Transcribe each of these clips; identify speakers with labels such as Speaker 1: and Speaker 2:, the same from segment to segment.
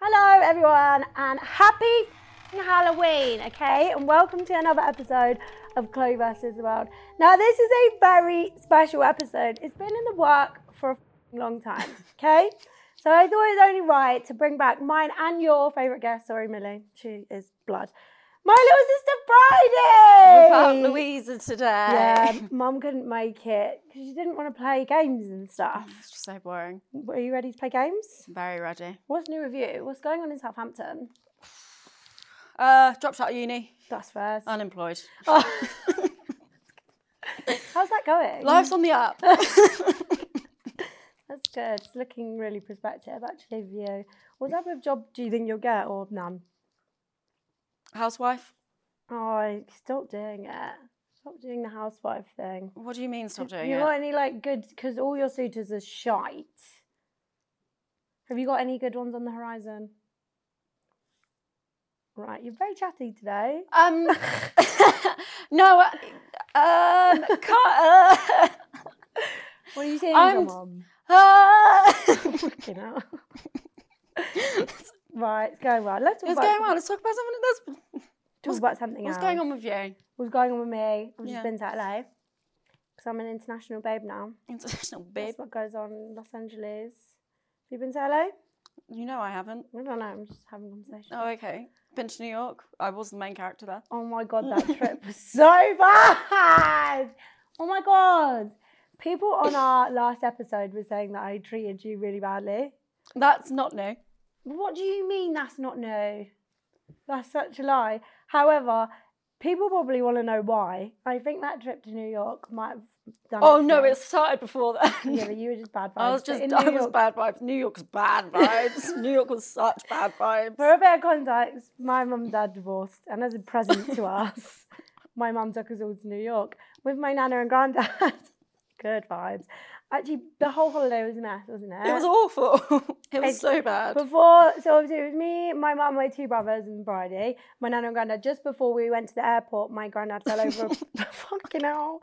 Speaker 1: Hello, everyone, and happy f***ing Halloween, okay? And welcome to another episode of Chloe versus the World. Now, this is a very special episode. It's been in the work for a f***ing long time, okay? So I thought it was only right to bring back mine and your favourite guest. Sorry, Millie, she is blood. My little sister Bridie.
Speaker 2: without Louisa today.
Speaker 1: Yeah, Mum couldn't make it because she didn't want to play games and stuff.
Speaker 2: It's just so boring.
Speaker 1: Are you ready to play games?
Speaker 2: Very ready.
Speaker 1: What's new with you? What's going on in Southampton?
Speaker 2: Uh, dropped out of uni,
Speaker 1: That's first.
Speaker 2: unemployed.
Speaker 1: How's that going?
Speaker 2: Life's on the up.
Speaker 1: That's good. It's looking really prospective, actually, for you. What type of job do you think you'll get, or none?
Speaker 2: Housewife.
Speaker 1: Oh, stop doing it. Stop doing the housewife thing.
Speaker 2: What do you mean stop doing
Speaker 1: you
Speaker 2: it?
Speaker 1: got any like good? Because all your suitors are shite. Have you got any good ones on the horizon? Right, you're very chatty today.
Speaker 2: Um, no. I- Um, can't. uh,
Speaker 1: What are you saying,
Speaker 2: I'm-
Speaker 1: Mum?
Speaker 2: Uh, uh,
Speaker 1: Fucking hell. right, it's going well. Let's talk
Speaker 2: what's
Speaker 1: about
Speaker 2: going on? Let's talk about something that's.
Speaker 1: Talk about something
Speaker 2: What's
Speaker 1: else.
Speaker 2: going on with you?
Speaker 1: What's going on with me? I've just
Speaker 2: Yeah.
Speaker 1: been to LA because I'm an international babe now.
Speaker 2: International babe.
Speaker 1: That's what goes on in Los Angeles. Have you been to LA?
Speaker 2: You know I haven't.
Speaker 1: I don't know. I'm just having a conversation.
Speaker 2: Oh, okay. Been to New York. I was the main character there.
Speaker 1: Oh my god, that trip was so bad. Oh my god. People on our last episode were saying that I treated you really badly.
Speaker 2: That's not new.
Speaker 1: What do you mean that's not new? That's such a lie. However, people probably want to know why. I think that trip to New York might have done.
Speaker 2: Oh
Speaker 1: it
Speaker 2: no,
Speaker 1: for you.
Speaker 2: it started before that.
Speaker 1: Yeah, but you were just bad vibes.
Speaker 2: I was
Speaker 1: But
Speaker 2: just,
Speaker 1: in
Speaker 2: I
Speaker 1: New
Speaker 2: was
Speaker 1: York-
Speaker 2: bad vibes. New York's bad vibes. New York was such bad
Speaker 1: For
Speaker 2: vibes.
Speaker 1: a bit of context, my mum and dad divorced, and as a present to us, my mum took us all to New York with my nana and granddad. Good vibes. Actually, the whole holiday was a mess, wasn't it?
Speaker 2: It was awful. It
Speaker 1: It's-
Speaker 2: was so bad.
Speaker 1: Before, so obviously it was me, my mum, my two brothers, and Bridie, my nana and granddad. Just before we went to the airport, my granddad fell over a fucking hell.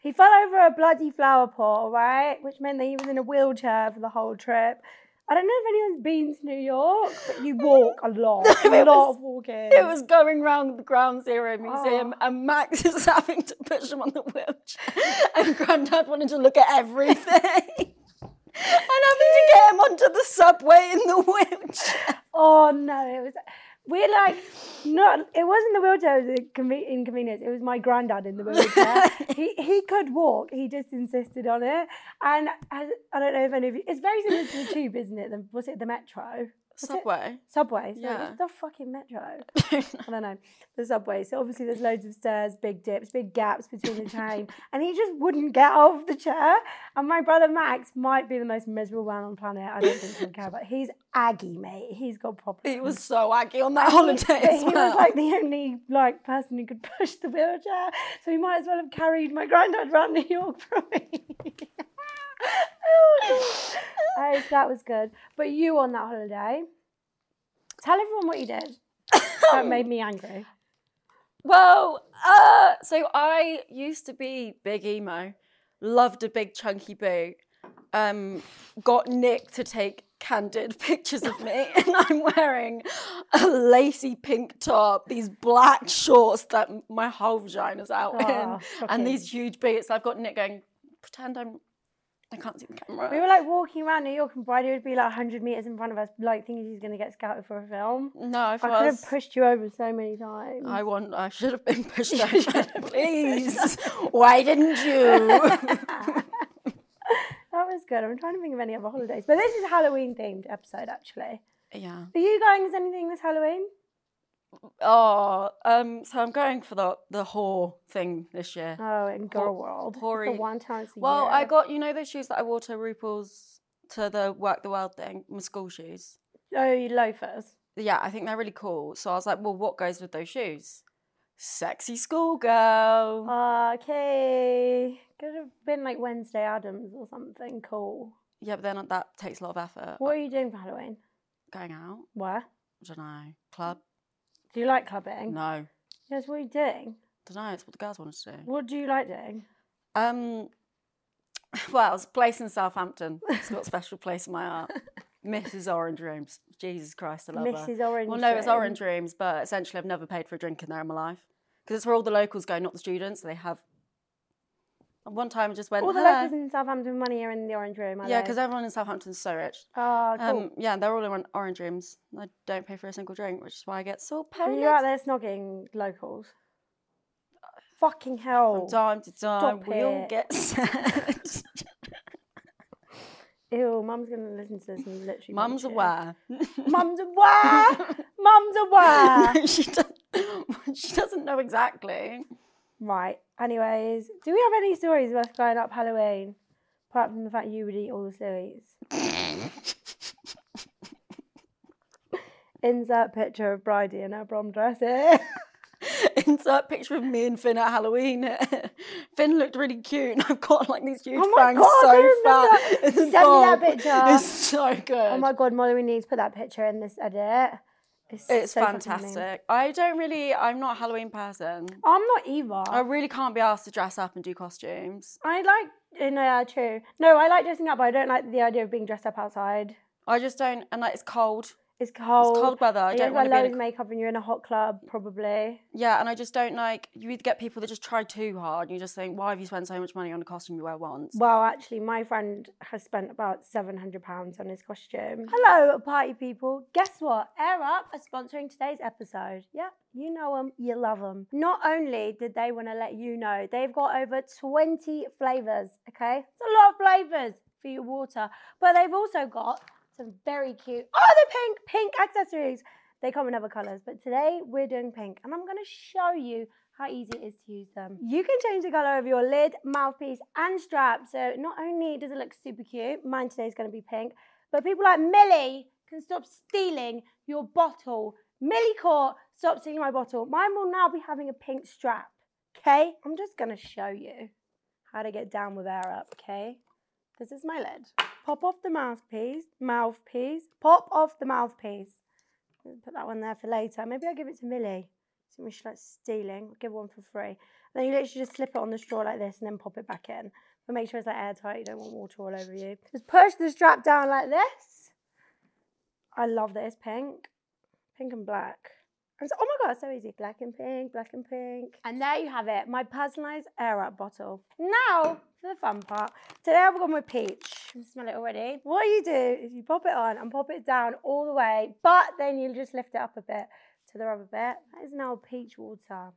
Speaker 1: He fell over a bloody flower pot, right? Which meant that he was in a wheelchair for the whole trip. I don't know if anyone's been to New York, but you walk a lot, a lot of walking.
Speaker 2: It was going round the Ground Zero Museum,
Speaker 1: Oh.
Speaker 2: and Max is having to push him on the wheelchair. And Grandad wanted to look at everything. And having to get him onto the subway in the wheelchair.
Speaker 1: Oh no, it was. We're like, not. It wasn't the wheelchair. It was the conve- inconvenience. It was my granddad in the wheelchair. he he could walk. He just insisted on it. And as, I don't know if any of you. It's very similar to the tube, isn't it? The, was it the metro?
Speaker 2: Subway.
Speaker 1: Subway. So
Speaker 2: Yeah.
Speaker 1: It's the fucking metro. I don't know. The subway. So obviously there's loads of stairs, big dips, big gaps between the train. and he just wouldn't get off the chair. And my brother Max might be the most miserable man on planet. I don't think he'll care about. He's aggy, mate. He's got problems.
Speaker 2: He was so aggy on that holiday
Speaker 1: But
Speaker 2: as
Speaker 1: he was
Speaker 2: well.
Speaker 1: like the only like person who could push the wheelchair, so he might as well have carried my granddad around New York for me. Oh, that was good. But you on that holiday, tell everyone what you did. That made me angry.
Speaker 2: Well, uh, so I used to be big emo, loved a big chunky boot, um, got Nick to take candid pictures of me, and I'm wearing a lacy pink top, these black shorts that my whole vagina's out
Speaker 1: Ah,
Speaker 2: in,
Speaker 1: shocking.
Speaker 2: and these huge boots. I've got Nick going, pretend I'm, I can't see the camera.
Speaker 1: We were like walking around New York, and Bridie would be like 100 meters in front of us, like thinking she's going to get scouted for a film.
Speaker 2: no, I,
Speaker 1: I could have
Speaker 2: was-
Speaker 1: pushed you over so many times.
Speaker 2: I want. I should have been pushed over. Please, why didn't you?
Speaker 1: That was good. I'm trying to think of any other holidays, but this is a Halloween themed episode actually.
Speaker 2: yeah.
Speaker 1: Are you going as anything this Halloween?
Speaker 2: Oh, um, so I'm going for the the whore thing this year.
Speaker 1: Oh, in Girl World. It's
Speaker 2: hoary-
Speaker 1: the one chance a
Speaker 2: well,
Speaker 1: year.
Speaker 2: I got you know those shoes that I wore to RuPaul's to the work the world thing, my school shoes.
Speaker 1: oh you loafers.
Speaker 2: yeah, I think they're really cool. So I was like, well, what goes with those shoes? Sexy schoolgirl.
Speaker 1: Oh. Okay. Could have been like Wednesday Adams or something cool.
Speaker 2: yeah, but then that takes a lot of effort.
Speaker 1: What are you doing for Halloween?
Speaker 2: Going out?
Speaker 1: Where?
Speaker 2: don't know. Club?
Speaker 1: Do you like clubbing?
Speaker 2: No.
Speaker 1: Yes, what are you doing?
Speaker 2: Don't know. It's what the girls wanted to do.
Speaker 1: What do you like doing?
Speaker 2: Um, well, it's a place in Southampton. It's got a special place in my heart. Mrs. Orange Rooms. Jesus Christ, I love her.
Speaker 1: Mrs. Orange
Speaker 2: Well, no, it's
Speaker 1: Room.
Speaker 2: Orange Rooms, but essentially, I've never paid for a drink in there in my life because it's where all the locals go, not the students. They have. And One time, I just went.
Speaker 1: All the
Speaker 2: "Hello."
Speaker 1: locals in Southampton money are in the orange room. Are
Speaker 2: Yeah,
Speaker 1: they?
Speaker 2: because everyone in Southampton's so rich.
Speaker 1: oh, cool.
Speaker 2: Um, yeah, they're all in one- orange rooms. and I don't pay for a single drink, which is why I get so
Speaker 1: Are
Speaker 2: paranoid.
Speaker 1: you out there snogging locals?
Speaker 2: Uh,
Speaker 1: Fucking
Speaker 2: From
Speaker 1: hell.
Speaker 2: time to time,
Speaker 1: stop
Speaker 2: we all
Speaker 1: it.
Speaker 2: get sad.
Speaker 1: Ew, mum's gonna listen to this and literally. punch
Speaker 2: Mum's
Speaker 1: you.
Speaker 2: aware.
Speaker 1: Mum's aware. mum's aware.
Speaker 2: she, does, she doesn't know exactly.
Speaker 1: right. Anyways, do we have any stories of us growing up Halloween? Apart from the fact you would eat all the sweets. Insert picture of Bridie in her prom dress here.
Speaker 2: Insert picture of me and Finn at Halloween. Finn looked really cute, and I've got like these huge
Speaker 1: Oh my
Speaker 2: fangs
Speaker 1: God, I
Speaker 2: so
Speaker 1: remember
Speaker 2: fat.
Speaker 1: that.
Speaker 2: in this
Speaker 1: Send me that
Speaker 2: bob.
Speaker 1: picture.
Speaker 2: It's so good.
Speaker 1: oh my god, Molly, we need to put that picture in this edit.
Speaker 2: it's
Speaker 1: so fucking mean.
Speaker 2: fantastic. I don't really. I'm not a Halloween person.
Speaker 1: I'm not either.
Speaker 2: I really can't be asked to dress up and do costumes.
Speaker 1: I like, you know, yeah, true. No, I like dressing up, but I don't like the idea of being dressed up outside.
Speaker 2: I just don't. And like, it's cold.
Speaker 1: It's cold.
Speaker 2: cold weather, I
Speaker 1: You
Speaker 2: don't
Speaker 1: have
Speaker 2: wanna
Speaker 1: to
Speaker 2: be
Speaker 1: wear
Speaker 2: in a
Speaker 1: loads of makeup and you're in a hot club, probably.
Speaker 2: Yeah, and I just don't like. You either get people that just try too hard, and you just think, why have you spent so much money on a costume you wear once?
Speaker 1: Well, actually, my friend has spent about £700 on his costume. Hello, party people. Guess what? Air Up are sponsoring today's episode. Yep, you know them, you love them. Not only did they want to let you know, they've got over 20 flavours, okay? It's a lot of flavours for your water, but they've also got some very cute, oh, they're pink, pink accessories. They come in other colours, but today we're doing pink, and I'm going to show you how easy it is to use them. You can change the colour of your lid, mouthpiece, and strap. So not only does it look super cute, mine today is going to be pink, but people like Millie can stop stealing your bottle. Millie Court, stop stealing my bottle. Mine will now be having a pink strap. Okay, I'm just going to show you how to get down with air up. Okay, this is my lid. Pop off the mouthpiece, mouthpiece, pop off the mouthpiece. Put that one there for later. Maybe I'll give it to Millie. So we should like stealing. I'll give one for free. And then you literally just slip it on the straw like this and then pop it back in. But make sure it's like airtight. You don't want water all over you. Just push the strap down like this. I love this pink, pink and black. And so, oh my god, it's so easy. Black and pink, black and pink. And there you have it, my personalised air up bottle. Now for the fun part. Today I've gone with peach. You can smell it already. What you do is you pop it on and pop it down all the way, but then you just lift it up a bit to the rubber bit. That is now peach water.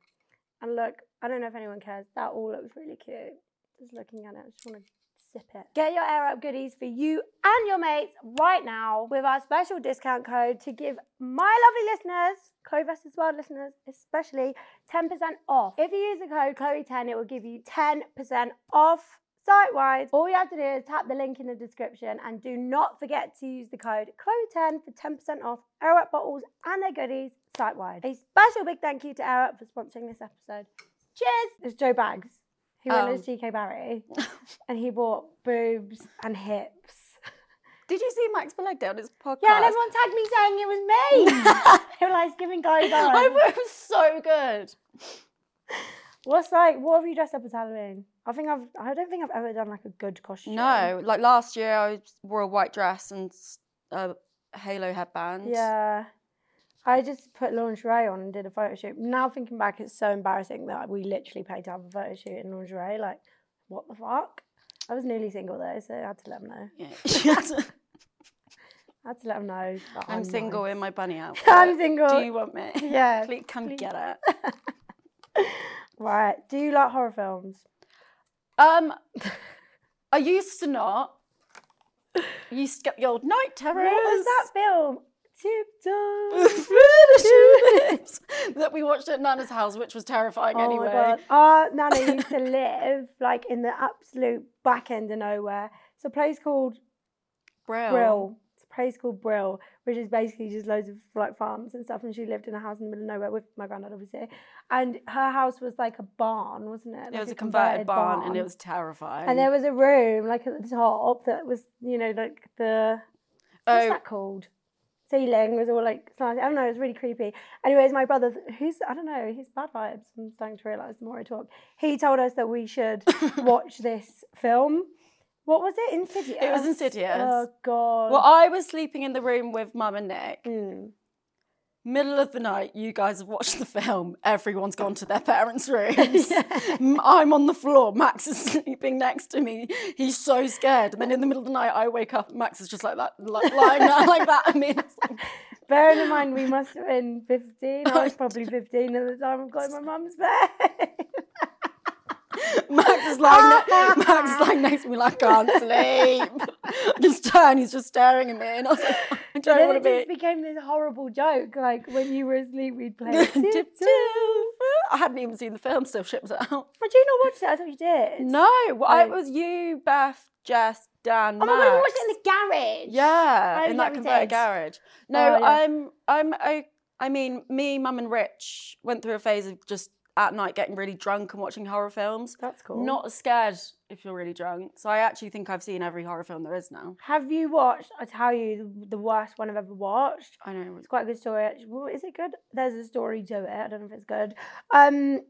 Speaker 1: And look, I don't know if anyone cares. That all looks really cute. Just looking at it, I just want to sip it. Get your Air Up goodies for you and your mates right now with our special discount code to give my lovely listeners, Chloe vs. World listeners especially, 10% off. If you use the code Chloe10, it will give you 10% off site wide. All you have to do is tap the link in the description and do not forget to use the code Chloe10 for 10% off Air Up bottles and their goodies site wide. A special big thank you to Air Up for sponsoring this episode. Cheers! It's Joe Bags, who
Speaker 2: Oh.
Speaker 1: went as GK Barry, and he bought boobs and hips.
Speaker 2: Oh, Did you see Max Belegdale on his podcast?
Speaker 1: Yeah, and everyone tagged me saying it was me. they were like giving guys
Speaker 2: I
Speaker 1: on.
Speaker 2: thought it was so good.
Speaker 1: What's like? What have you dressed up as Halloween? I think I've. I don't think I've ever done like a good costume.
Speaker 2: No, like last year I wore a white dress and s- a halo headband.
Speaker 1: Yeah. I just put lingerie on and did a photo shoot. Now thinking back, it's so embarrassing that we literally paid to have a photo shoot in lingerie. Like, what the fuck? I was newly single though, so I had to let them know.
Speaker 2: Yeah.
Speaker 1: Oh, I had to let them know. that
Speaker 2: I'm single in my bunny outfit.
Speaker 1: I'm single.
Speaker 2: Do you want me?
Speaker 1: Yeah,
Speaker 2: Please come
Speaker 1: please.
Speaker 2: get it.
Speaker 1: Right. Do you like horror films?
Speaker 2: Um, I used to not. I used to get the old night terrors.
Speaker 1: What was that film? Tiptoe.
Speaker 2: that we watched at Nana's house, which was terrifying
Speaker 1: Oh
Speaker 2: anyway.
Speaker 1: my god. Our nana used to live like in the absolute back end of nowhere. It's a place called
Speaker 2: Brill.
Speaker 1: Brill. It's a place called Brill, which is basically just loads of like farms and stuff. And she lived in a house in the middle of nowhere with my granddad, obviously. And her house was like a barn, wasn't it?
Speaker 2: it
Speaker 1: Like
Speaker 2: was a converted barn, and it was terrifying.
Speaker 1: And there was a room like at the top that was, you know, like the what's
Speaker 2: oh,
Speaker 1: that called? Ceiling was all like slanted. I don't know. It was really creepy. Anyways, my brother, who's I don't know, he's bad vibes. I'm starting to realise the more I talk. He told us that we should watch this film. What was it? Insidious.
Speaker 2: It was Insidious.
Speaker 1: Oh god.
Speaker 2: well, I was sleeping in the room with mum and Nick.
Speaker 1: Mm.
Speaker 2: Middle of the night, you guys have watched the film. Everyone's gone to their parents' rooms. M- I'm on the floor. Max is sleeping next to me. He's so scared. And then in the middle of the night, I wake up. Max is just like that, like, lying there like that. I mean, it's like,
Speaker 1: Bearing in mind, we must have been 15. I was probably 15 at the time I got in my mum's bed.
Speaker 2: Max is lying, ne- Max is lying next to me like, I can't sleep. I just turn, he's just staring at me. And I was like, I don't
Speaker 1: then
Speaker 2: want
Speaker 1: it
Speaker 2: to
Speaker 1: just
Speaker 2: be.
Speaker 1: became this horrible joke. Like when you were asleep, we'd play. Dip, dip.
Speaker 2: I hadn't even seen the film, still ships out.
Speaker 1: But you not watch that? I thought you did.
Speaker 2: No, well, I, it
Speaker 1: Oh.
Speaker 2: was you, Beth, Jess, Dan,
Speaker 1: Oh my god, we
Speaker 2: Max.
Speaker 1: watched it in the garage.
Speaker 2: Yeah,
Speaker 1: Oh,
Speaker 2: in
Speaker 1: yeah,
Speaker 2: that
Speaker 1: we
Speaker 2: converted
Speaker 1: did.
Speaker 2: garage. No,
Speaker 1: Oh, yeah.
Speaker 2: I'm, I'm, I, I mean, me, Mum, and Rich went through a phase of just at night getting really drunk and watching horror films.
Speaker 1: That's cool.
Speaker 2: Not as scared if you're really drunk. So I actually think I've seen every horror film there is now.
Speaker 1: Have you watched? I tell you, the- the worst one I've ever watched.
Speaker 2: I know.
Speaker 1: It's quite a good story. Actually. Well, is it good? There's a story to it. I don't know if it's good. Um,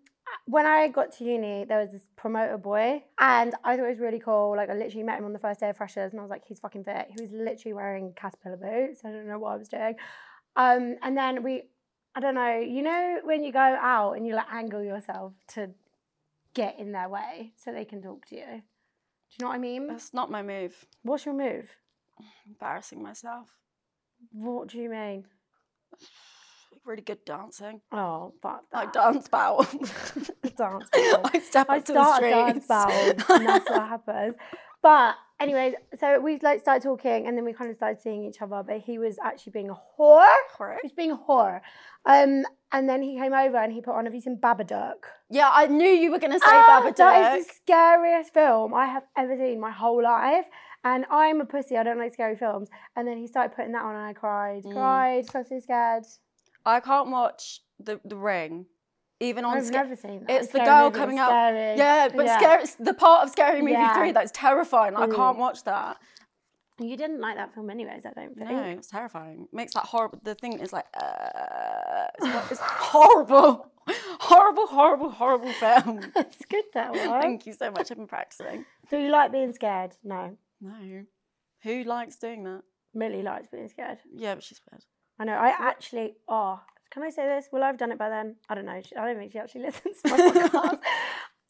Speaker 1: when I got to uni, there was this promoter boy, and I thought it was really cool. Like, I literally met him on the first day of freshers, and I was like, he's fucking fit. He was literally wearing caterpillar boots. I don't know what I was doing. Um, and then we, I don't know, you know, when you go out and you like angle yourself to get in their way so they can talk to you. Do you know what I mean?
Speaker 2: That's not my move.
Speaker 1: What's your move?
Speaker 2: Embarrassing myself.
Speaker 1: What do you mean?
Speaker 2: Really good dancing.
Speaker 1: Oh, but
Speaker 2: Like
Speaker 1: that-
Speaker 2: dance battle.
Speaker 1: dance. battle.
Speaker 2: I step up
Speaker 1: I
Speaker 2: to the
Speaker 1: start a dance
Speaker 2: streets.
Speaker 1: battle, and that's what happens. But anyways, so we like started talking, and then we kind of started seeing each other. But he was actually being a whore. He was being a whore. Um, and then he came over and he put on Have you seen Babadook?
Speaker 2: Yeah, I knew you were going to say
Speaker 1: Oh,
Speaker 2: Babadook.
Speaker 1: that is the scariest film I have ever seen my whole life. And I'm a pussy. I don't like scary films. And then he started putting that on, and I cried,
Speaker 2: Mm.
Speaker 1: cried. I was so scared.
Speaker 2: I can't watch the the Ring, even on.
Speaker 1: I've
Speaker 2: sca-
Speaker 1: never seen that.
Speaker 2: it's the
Speaker 1: Scary
Speaker 2: girl
Speaker 1: movie,
Speaker 2: coming
Speaker 1: it's
Speaker 2: out.
Speaker 1: scary.
Speaker 2: Yeah, but scary. it's The part of Scary Movie
Speaker 1: Yeah.
Speaker 2: Three that's terrifying. I
Speaker 1: Mm.
Speaker 2: can't watch that.
Speaker 1: You didn't like that film, anyways. I don't think.
Speaker 2: No, it's terrifying. Makes that horrible. The thing is like, uh, it's, what- it's horrible, horrible, horrible, horrible film.
Speaker 1: That's good that one.
Speaker 2: Thank you so much. I've been practicing.
Speaker 1: Do you like being scared? No.
Speaker 2: No, who likes doing that?
Speaker 1: Millie likes being scared.
Speaker 2: Yeah, but she's weird.
Speaker 1: I know. I actually oh can I say this? Will I've done it by then? I don't know. She- I don't think she actually listens to my podcast.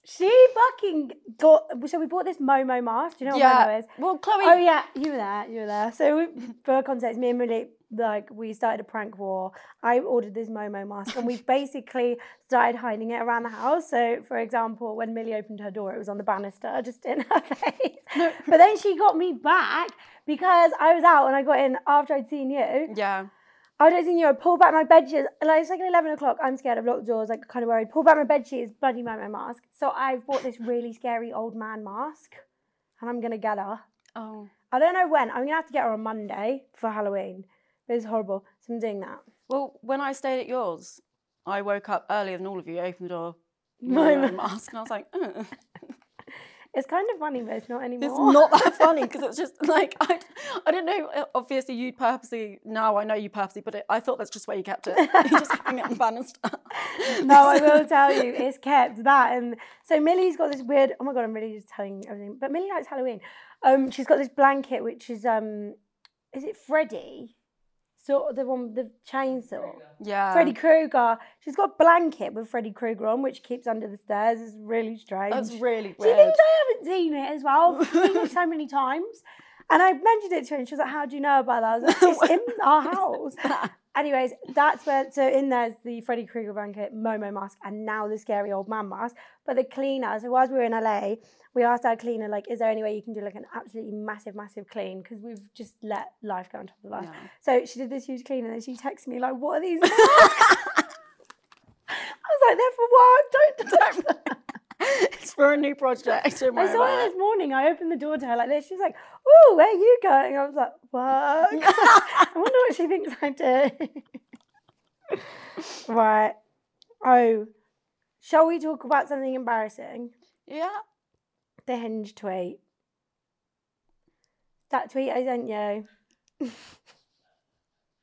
Speaker 1: she fucking got so we bought this Momo mask. Do you know what Momo is?
Speaker 2: Well, Chloe.
Speaker 1: Oh yeah, you were there. You were there. So we, for context, me and Millie, like we started a prank war. I ordered this Momo mask, and we've basically started hiding it around the house. So, for example, when Millie opened her door, it was on the banister, just in her face. But then she got me back because I was out and I got in after I'd seen you.
Speaker 2: Yeah.
Speaker 1: I don't think you. I pull back my bed sheets. Like it's like eleven o'clock. I'm scared. I've locked the doors. Like kind of worried. Pull back my bed sheets. Bloody my mask. So I've bought this really scary old man mask, and I'm gonna get her.
Speaker 2: Oh.
Speaker 1: I don't know when. I'm gonna have to get her on Monday for Halloween. It's horrible. So I'm doing that.
Speaker 2: Well, when I stayed at yours, I woke up earlier than all of you, opened the door,
Speaker 1: My
Speaker 2: my mask, and I was like, "Uh, "Ugh."
Speaker 1: It's kind of funny, but it's not anymore.
Speaker 2: it's not that funny because it's just like I, I don't know. uh, Obviously, you purposely. Now I know you purposely, but it, I thought that's just where you kept it. You just hang it on the banister.
Speaker 1: no, I will tell you, it's kept that. And so Millie's got this weird. Oh my god, I'm really just telling you everything. But Millie likes Halloween. Um, she's got this blanket which is um, is it Freddy? Sort of the one with the chainsaw.
Speaker 2: Yeah.
Speaker 1: Freddy Krueger. She's got a blanket with Freddy Krueger on, which keeps under the stairs. It's really strange.
Speaker 2: That's really
Speaker 1: She
Speaker 2: weird.
Speaker 1: thinks I haven't seen it as well. I've seen it so many times. And I mentioned it to her and she was like, How do you know about that? I was like, It's in our house. Anyways, that's where, so in there's the Freddy Krueger blanket, Momo mask, and now the scary old man mask. But the cleaner, so whilst we were in LA, we asked our cleaner, like, is there any way you can do like an absolutely massive, massive clean? Because we've just let life go on top of life.
Speaker 2: Yeah.
Speaker 1: So she did this huge clean and then she texted me, like, what are these masks? I was like, they're for work, don't touch them.
Speaker 2: it's for a new project. Don't
Speaker 1: I
Speaker 2: worry
Speaker 1: saw
Speaker 2: about
Speaker 1: her
Speaker 2: it.
Speaker 1: this morning. I opened the door to her like this. She's like, "Oh, where are you going?" I was like, "Work." I wonder what she thinks I do. right. Oh, shall we talk about something embarrassing?
Speaker 2: Yeah.
Speaker 1: The hinge tweet. That tweet I sent you.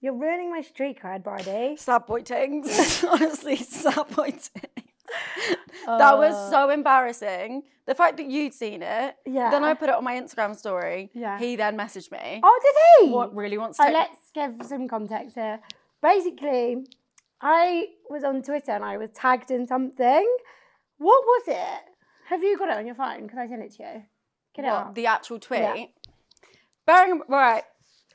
Speaker 1: You're ruining my street cred, Brady.
Speaker 2: Sad boy tings. Honestly, sad boy tings. that was
Speaker 1: Uh.
Speaker 2: so embarrassing. The fact that you'd seen it. Then
Speaker 1: Yeah.
Speaker 2: I put it on my Instagram story.
Speaker 1: Yeah.
Speaker 2: He then messaged me.
Speaker 1: Oh, did he?
Speaker 2: What really wants to
Speaker 1: So let's give some context here. Basically, I was on Twitter and I was tagged in something. What was it? Have you got it on your phone? Because I sent it to you. Get it
Speaker 2: what,
Speaker 1: out.
Speaker 2: the actual tweet.
Speaker 1: Yeah.
Speaker 2: Bearing right.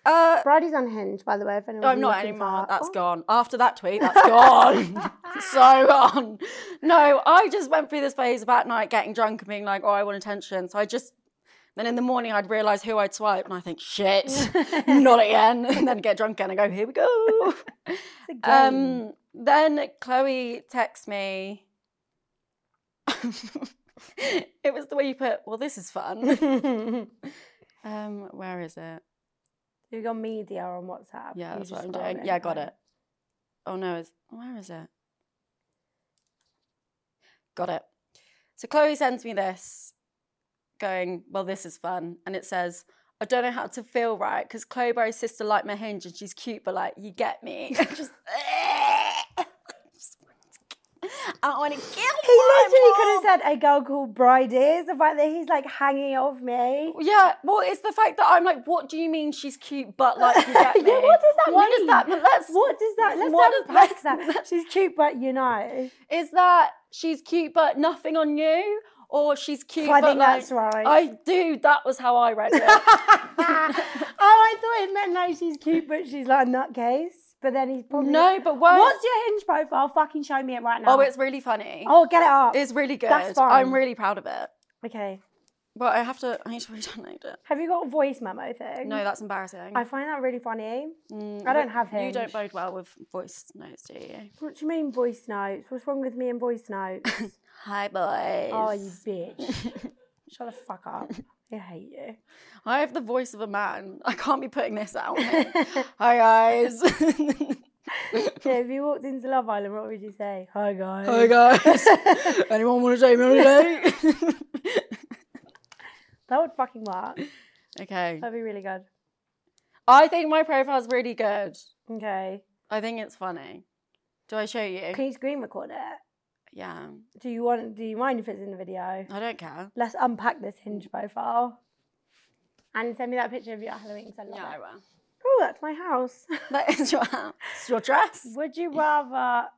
Speaker 2: Uh,
Speaker 1: Brady's unhinged, by the way. If anyone's
Speaker 2: I'm not
Speaker 1: looking for
Speaker 2: anymore.
Speaker 1: her.
Speaker 2: That's
Speaker 1: Oh,
Speaker 2: gone. After that tweet, that's gone. so gone. No, I just went through this phase of at night getting drunk and being like, oh, I want attention. So I just, then in the morning, I'd realise who I'd swiped and I think, shit, not again. And then get drunk again and I go, here we go.
Speaker 1: it's a game.
Speaker 2: Um, then Chloe texts me. it was the way you put, well, this is fun. um, where is it?
Speaker 1: You've got media on WhatsApp.
Speaker 2: Yeah,
Speaker 1: You
Speaker 2: that's what
Speaker 1: just
Speaker 2: I'm
Speaker 1: scroll
Speaker 2: doing.
Speaker 1: in.
Speaker 2: Yeah, I got it. Oh no, it's, where is it? Got it. So Chloe sends me this, going, "Well, this is fun," and it says, "I don't know how to feel right because Chloe Berry's sister liked my hinge and she's cute, but like, you get me." Just. I want to kill
Speaker 1: He
Speaker 2: my
Speaker 1: literally could
Speaker 2: mom.
Speaker 1: have said a girl called Brady. It's the fact that he's like hanging it off me.
Speaker 2: Yeah, well, it's the fact that I'm like, what do you mean she's cute but like you get me?
Speaker 1: Yeah, what does that
Speaker 2: what
Speaker 1: mean?
Speaker 2: Does that, let's,
Speaker 1: What does that? Let's
Speaker 2: What-
Speaker 1: unpack that. She's cute, but you know.
Speaker 2: is that she's cute but nothing on you, or she's cute
Speaker 1: I
Speaker 2: but
Speaker 1: think
Speaker 2: like,
Speaker 1: that's right.
Speaker 2: I do. That was how I read it.
Speaker 1: oh, I thought it meant like she's cute, but she's like a nutcase. But then he's probably
Speaker 2: no, but worse.
Speaker 1: What's your hinge profile? Fucking show me it right now.
Speaker 2: oh, it's really funny.
Speaker 1: oh, get it up.
Speaker 2: it's really good.
Speaker 1: that's fine.
Speaker 2: I'm really proud of it.
Speaker 1: okay.
Speaker 2: But I have to. I need to re-download it.
Speaker 1: Have you got a voice memo thing?
Speaker 2: No, that's embarrassing.
Speaker 1: Mm. I find that really funny.
Speaker 2: Mm,
Speaker 1: I don't have
Speaker 2: You
Speaker 1: Hinge.
Speaker 2: don't bode well with voice notes, do you?
Speaker 1: What do you mean voice notes? What's wrong with me and voice notes?
Speaker 2: Hi boys.
Speaker 1: oh, you bitch. Shut the fuck up. I hate you.
Speaker 2: I have the voice of a man. I can't be putting this out. Hi guys.
Speaker 1: Yeah, if you walked into Love Island, what would you say? Hi guys.
Speaker 2: guys. Anyone want to take me on a date?
Speaker 1: That would fucking work.
Speaker 2: okay.
Speaker 1: That'd be really good.
Speaker 2: I think my profile's really good.
Speaker 1: Okay.
Speaker 2: I think it's funny. Do I show you?
Speaker 1: Can you screen record it?
Speaker 2: Yeah.
Speaker 1: Do you want? Do you mind if it's in the video?
Speaker 2: I don't care.
Speaker 1: Let's unpack this hinge profile. And send me that picture of you at Halloween 'cause I love
Speaker 2: Yeah, I
Speaker 1: it.
Speaker 2: will.
Speaker 1: Oh, that's my house.
Speaker 2: That is your house. It's your dress.
Speaker 1: Would you rather?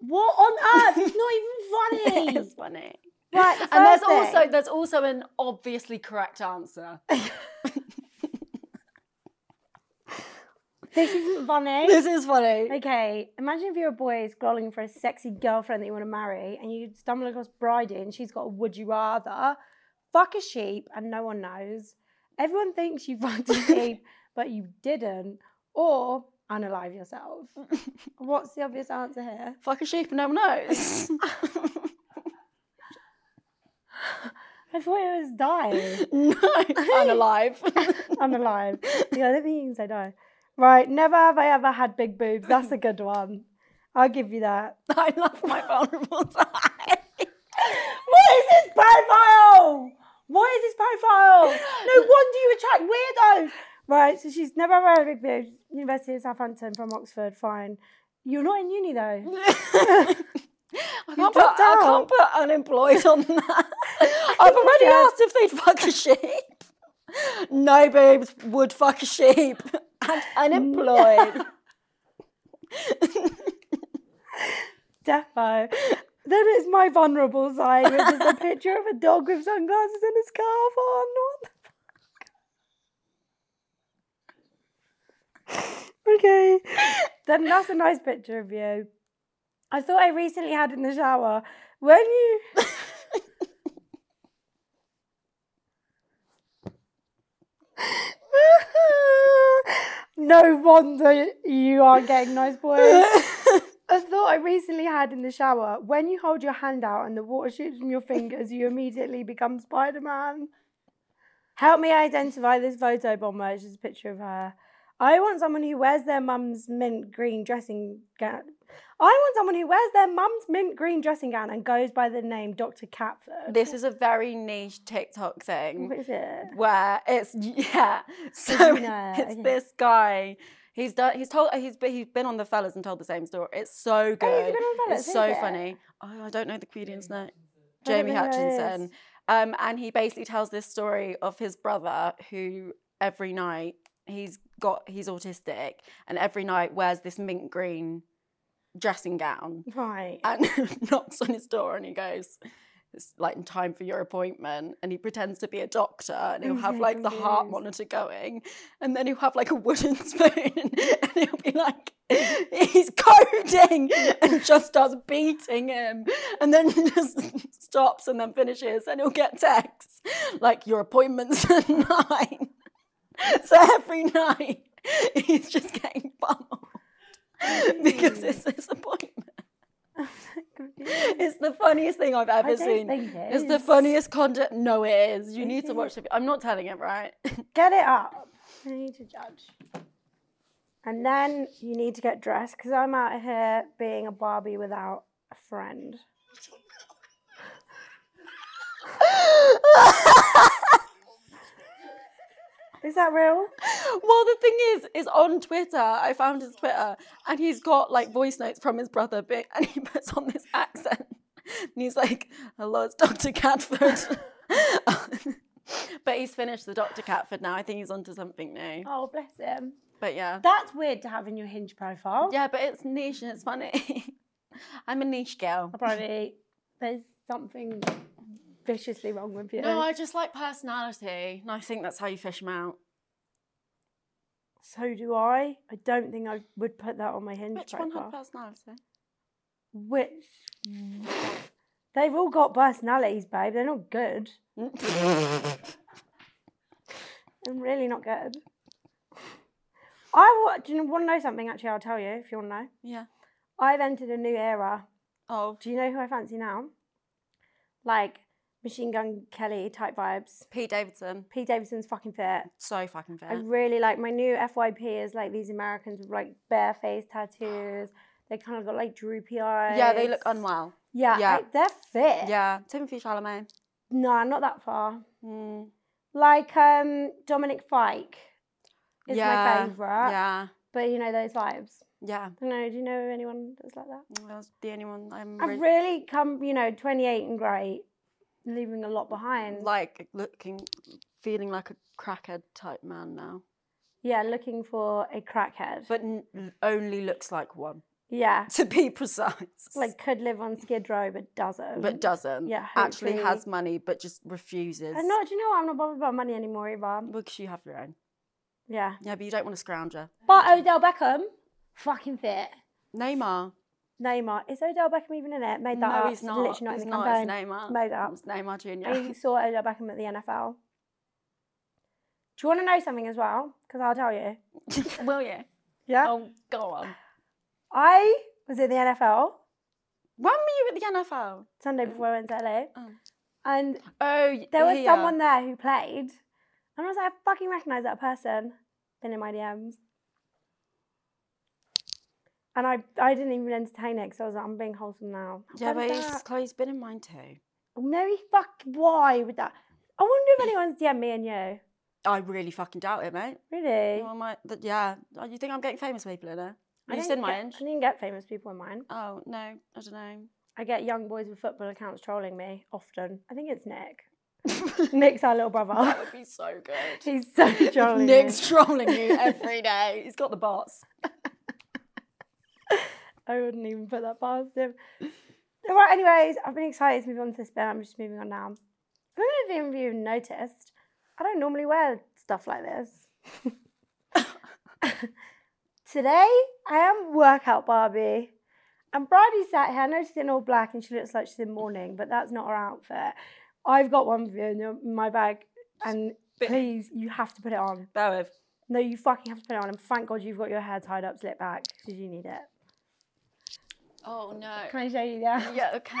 Speaker 1: What on earth? It's not even funny.
Speaker 2: it's funny.
Speaker 1: right, the
Speaker 2: And there's
Speaker 1: first thing.
Speaker 2: also there's also an obviously correct answer.
Speaker 1: this isn't funny.
Speaker 2: this is funny.
Speaker 1: Okay, imagine if you're a boy scrolling for a sexy girlfriend that you want to marry, and you stumble across Bridie, and she's got a would you rather, fuck a sheep, and no one knows. Everyone thinks you fucked a sheep, but you didn't, or unalive yourself. What's the obvious answer here?
Speaker 2: Fuck a sheep and no one knows.
Speaker 1: I thought it was die.
Speaker 2: no. Unalive.
Speaker 1: Unalive. Yeah, I don't think you can say die. Right, never have I ever had big boobs. That's a good one. I'll give you that.
Speaker 2: I love my vulnerable side.
Speaker 1: What is this profile? What is this profile? No wonder you attract weirdos. Right, so she's never read a big boobs. University of Southampton from Oxford, fine. You're not in uni though.
Speaker 2: I can't, put,
Speaker 1: dropped
Speaker 2: I
Speaker 1: out.
Speaker 2: can't put unemployed on that. I've already
Speaker 1: Yeah.
Speaker 2: asked if they'd fuck a sheep. No boobs would fuck a sheep. And unemployed.
Speaker 1: Defo. Then it's my vulnerable side, which is a picture of a dog with sunglasses and a scarf on. What the fuck? Okay. Then that's a nice picture of you. I thought I recently had in the shower. When you no wonder you aren't getting nice boys. A thought I recently had in the shower: when you hold your hand out and the water shoots from your fingers, you immediately become Spider-Man. Help me identify this photo bomber. It's just a picture of her. I want someone who wears their mum's mint green dressing gown. I want someone who wears their mum's mint green dressing gown and goes by the name Dr. Catford.
Speaker 2: This is a very niche TikTok thing
Speaker 1: What is it?
Speaker 2: where it's yeah. So
Speaker 1: Did you know?
Speaker 2: it's
Speaker 1: Okay.
Speaker 2: this guy. He's done. He's told. He's been, he's been on the fellas and told the same story. It's so good.
Speaker 1: Oh, he's been on Fellas,
Speaker 2: it's
Speaker 1: is
Speaker 2: so
Speaker 1: it?
Speaker 2: funny. Oh, I don't know the comedian's name.
Speaker 1: I don't
Speaker 2: Jamie
Speaker 1: know who that is.
Speaker 2: Hutchinson. Um, and he basically tells this story of his brother who every night he's got he's autistic and every night wears this mint green dressing gown
Speaker 1: Right.
Speaker 2: and knocks on his door and he goes it's like in time for your appointment and he pretends to be a doctor and he'll
Speaker 1: I'm
Speaker 2: have
Speaker 1: so
Speaker 2: like the heart
Speaker 1: confused.
Speaker 2: monitor going and then he'll have like a wooden spoon and he'll be like he's coding and just starts beating him and then just stops and then finishes and he'll get texts like your appointment's at nine so every night he's just getting bummed because it's his appointment it's the funniest thing I've ever
Speaker 1: I don't
Speaker 2: seen.
Speaker 1: think it
Speaker 2: it's the
Speaker 1: is.
Speaker 2: funniest content. No, it is. You need to watch it. I'm not telling it, right?
Speaker 1: Get it up. I need to judge. And then you need to get dressed because I'm out here being a Barbie without a friend. Is that real?
Speaker 2: well, the thing is, is on Twitter. I found his Twitter, and he's got like voice notes from his brother, but, and he puts on this accent, and he's like, "Hello, it's Dr. Catford." but he's finished the Dr. Catford now. I think he's onto something new.
Speaker 1: Oh, bless him.
Speaker 2: But yeah,
Speaker 1: That's weird to have in your hinge profile.
Speaker 2: yeah, but it's niche and it's funny. I'm a niche girl.
Speaker 1: I Probably there's something viciously wrong with you.
Speaker 2: No, I just like personality, and I think that's how you fish them out.
Speaker 1: so do I. I don't think I would put that on my hinge
Speaker 2: Which
Speaker 1: profile.
Speaker 2: one had personality?
Speaker 1: Which they've all got personalities, babe. They're not good. They're really not good. I wa- do you want to know something? Actually, I'll tell you if you want to know.
Speaker 2: Yeah.
Speaker 1: I've entered a new era.
Speaker 2: Oh,
Speaker 1: Do you know who I fancy now? Like Machine Gun Kelly type vibes.
Speaker 2: Pete Davidson.
Speaker 1: P. Davidson's fucking fit.
Speaker 2: So fucking
Speaker 1: I
Speaker 2: fair.
Speaker 1: really like my new FYP is like these Americans with like bare face tattoos. They kind of got like droopy eyes.
Speaker 2: Yeah, they look unwell.
Speaker 1: Yeah,
Speaker 2: yeah.
Speaker 1: I- they're fit.
Speaker 2: Yeah, Timothy Chalamet.
Speaker 1: No, not that far.
Speaker 2: Mm,
Speaker 1: Like um Dominic Fike is
Speaker 2: yeah,
Speaker 1: my favourite.
Speaker 2: Yeah,
Speaker 1: But you know those vibes.
Speaker 2: yeah.
Speaker 1: I don't know, do you know anyone that's like that?
Speaker 2: That was the only one I'm re-
Speaker 1: I've really come, you know, twenty eight and great, leaving a lot behind.
Speaker 2: like looking, feeling like a crackhead type man now,
Speaker 1: yeah, looking for a crackhead.
Speaker 2: but n- only looks like one
Speaker 1: yeah.
Speaker 2: to be precise.
Speaker 1: Like could live on Skid Row but doesn't.
Speaker 2: but doesn't.
Speaker 1: yeah,
Speaker 2: actually has
Speaker 1: hopefully.
Speaker 2: money, but just refuses.
Speaker 1: and not do you know what? I'm not bothered about money anymore either.
Speaker 2: because you have your own.
Speaker 1: Yeah.
Speaker 2: Yeah, but you don't want to scrounger.
Speaker 1: But Odell Beckham, fucking fit.
Speaker 2: Neymar.
Speaker 1: Neymar. Is Odell Beckham even in it? Made that
Speaker 2: no,
Speaker 1: up.
Speaker 2: he's
Speaker 1: It's
Speaker 2: not.
Speaker 1: Literally not
Speaker 2: he's
Speaker 1: in it.
Speaker 2: not.
Speaker 1: I'm
Speaker 2: It's
Speaker 1: going-
Speaker 2: Neymar.
Speaker 1: Made up.
Speaker 2: It's Neymar
Speaker 1: I
Speaker 2: Junior.
Speaker 1: think you saw Odell Beckham at the NFL. Do you want to know something as well? Because I'll tell you.
Speaker 2: Will you?
Speaker 1: Yeah.
Speaker 2: Oh, go on.
Speaker 1: I was at the NFL
Speaker 2: When were you at the NFL?
Speaker 1: Sunday before I went to LA,
Speaker 2: Oh.
Speaker 1: and
Speaker 2: Oh, y-
Speaker 1: there was
Speaker 2: here.
Speaker 1: someone there who played, and I was like, I fucking recognise that person. Been in my DMs. And I, I didn't even entertain it because I was like, I'm being wholesome now. How
Speaker 2: Yeah,
Speaker 1: bad
Speaker 2: but
Speaker 1: is
Speaker 2: he's,
Speaker 1: that?
Speaker 2: Chloe's been in mine too.
Speaker 1: No, he fuck. Why would that? I wonder if anyone's DM me and you.
Speaker 2: I really fucking doubt it, mate.
Speaker 1: Really?
Speaker 2: You know, I might- but yeah. Oh, You think I'm getting famous people in there?
Speaker 1: I
Speaker 2: Have
Speaker 1: didn't
Speaker 2: you seen my
Speaker 1: get-
Speaker 2: inch?
Speaker 1: I didn't get famous people in mine.
Speaker 2: Oh no, I don't know.
Speaker 1: I get young boys with football accounts trolling me often. I think it's Nick. Nick's our little brother.
Speaker 2: That would be so good.
Speaker 1: He's so trolling. me.
Speaker 2: Nick's trolling you every day. He's got the bots.
Speaker 1: I wouldn't even put that past him. All right, anyways, I've been excited to move on to this bit. I'm just moving on now. I don't know if any of you noticed. I don't normally wear stuff like this. Today, I am workout Barbie. And Bridie sat here, I noticed in all black and she looks like she's in mourning, but that's not her outfit. I've got one for you in your- in my bag, and please, you have to put it on.
Speaker 2: Bear with.
Speaker 1: No, you fucking have to put it on. And thank God you've got your hair tied up, slit back, because you need it.
Speaker 2: Oh no.
Speaker 1: Can I show you? Yeah.
Speaker 2: Yeah, okay.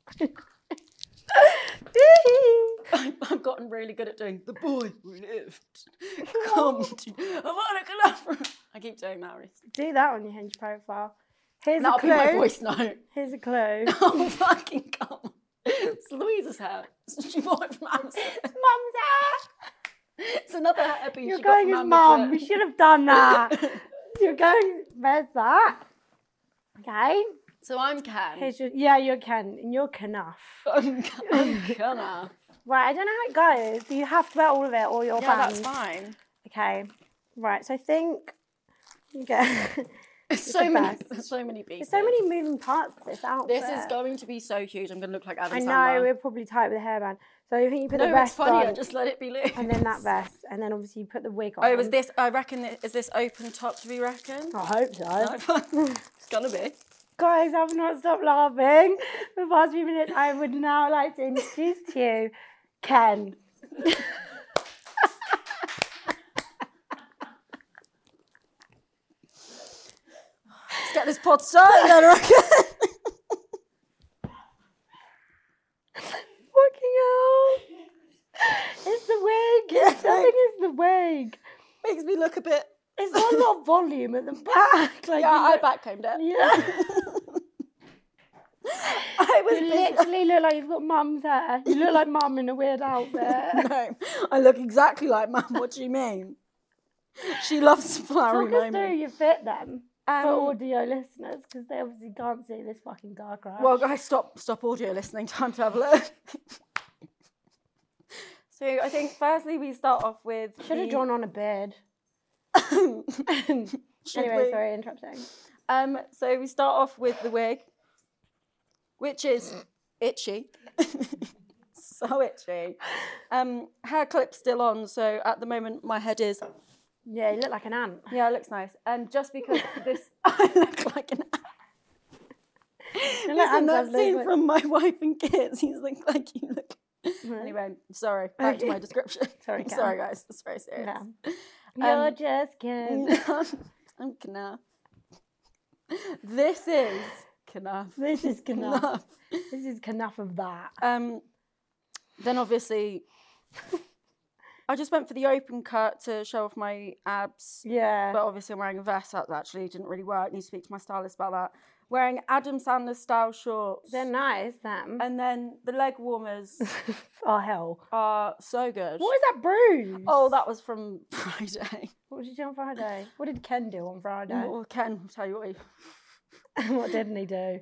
Speaker 2: I've I've gotten really good at doing the boy who lived. Come to Havana, I keep doing that. recently.
Speaker 1: Do that on your hinge profile. Here's
Speaker 2: That'll
Speaker 1: a
Speaker 2: be
Speaker 1: clue.
Speaker 2: my voice note.
Speaker 1: Here's a clue.
Speaker 2: Oh fucking come! on. It's Louise's hair. She bought it from Amazon.
Speaker 1: Mum's hair.
Speaker 2: It's another hair piece
Speaker 1: You're
Speaker 2: she
Speaker 1: going
Speaker 2: got
Speaker 1: as
Speaker 2: from
Speaker 1: mum.
Speaker 2: Amazon.
Speaker 1: We should have done that. You're going. Where's that? Okay.
Speaker 2: So I'm Ken.
Speaker 1: Here's your. Yeah, you're Ken, and you're Knuff.
Speaker 2: I'm, Ken- I'm Kenna.
Speaker 1: Right. I don't know how it goes. but You have to wear all of it, or you're
Speaker 2: Yeah,
Speaker 1: banned.
Speaker 2: Oh, that's fine.
Speaker 1: Okay. Right. So I think. You get.
Speaker 2: It's so many,
Speaker 1: best.
Speaker 2: there's so many pieces.
Speaker 1: There's so many moving parts to this outfit.
Speaker 2: This is going to be so huge. I'm going to look like Adam
Speaker 1: I
Speaker 2: Sandler.
Speaker 1: know we're probably tight with the hairband. So I think you put the
Speaker 2: No, it's
Speaker 1: vest
Speaker 2: funnier.
Speaker 1: on,
Speaker 2: Just let it be loose.
Speaker 1: and then that vest, and then obviously you put the wig on.
Speaker 2: Oh, is this? I reckon. This, is this open top? Do we reckon?
Speaker 1: I hope so.
Speaker 2: it's gonna be.
Speaker 1: Guys, I've not stopped laughing for the past few minutes. I would now like to introduce to you Ken.
Speaker 2: Let's get this pod started. Then, I reckon.
Speaker 1: Fucking hell! It's the wig. I think it's the wig.
Speaker 2: Makes me look a bit.
Speaker 1: It's got a lot of volume at the back. Like
Speaker 2: Yeah,
Speaker 1: you
Speaker 2: I
Speaker 1: look-
Speaker 2: backcombed it.
Speaker 1: Yeah.
Speaker 2: I was
Speaker 1: You
Speaker 2: big.
Speaker 1: literally look like you've got mum's hair. You look like mum in a weird outfit.
Speaker 2: No, I look exactly like Mum. What do you mean? She loves flowery
Speaker 1: Talk us through
Speaker 2: moments.
Speaker 1: your fit then
Speaker 2: Um,
Speaker 1: for audio listeners because they obviously can't see this fucking dark right.
Speaker 2: Well, guys, stop, stop audio listening. Time to have a look. so I think firstly we start off with.
Speaker 1: should have
Speaker 2: the-
Speaker 1: drawn on a beard.
Speaker 2: Should
Speaker 1: Anyway,
Speaker 2: we?
Speaker 1: sorry, interrupting.
Speaker 2: Um, so we start off with the wig, which is itchy. so itchy. Um, hair clip still on, so at the moment my head is
Speaker 1: Yeah, you look like an ant.
Speaker 2: yeah, it looks nice. And just because this I look like an
Speaker 1: You look like
Speaker 2: Listen,
Speaker 1: ants
Speaker 2: that
Speaker 1: have
Speaker 2: scene
Speaker 1: loads of-
Speaker 2: from my wife and kids. He's like, like you look. Anyway, sorry. Back to my
Speaker 1: Okay.
Speaker 2: description.
Speaker 1: Mm-hmm. Sorry, Kat.
Speaker 2: sorry guys. It's very serious. um,
Speaker 1: No. You're just kidding.
Speaker 2: I'm Knaf. This is Knaf.
Speaker 1: This is enough.
Speaker 2: Knaf.
Speaker 1: This is enough of that.
Speaker 2: Um, then obviously, I just went for the open cut to show off my abs.
Speaker 1: Yeah.
Speaker 2: But obviously, I'm wearing a vest. That actually didn't really work. Need to speak to my stylist about that. Wearing Adam Sandler style shorts.
Speaker 1: They're nice, them.
Speaker 2: and then the leg warmers
Speaker 1: oh, hell.
Speaker 2: are so good.
Speaker 1: What is that bruise?
Speaker 2: Oh, that was from Friday.
Speaker 1: What did you do on Friday? What did Ken do on Friday?
Speaker 2: Well, Ken, I'll tell you what. he-
Speaker 1: what didn't he do?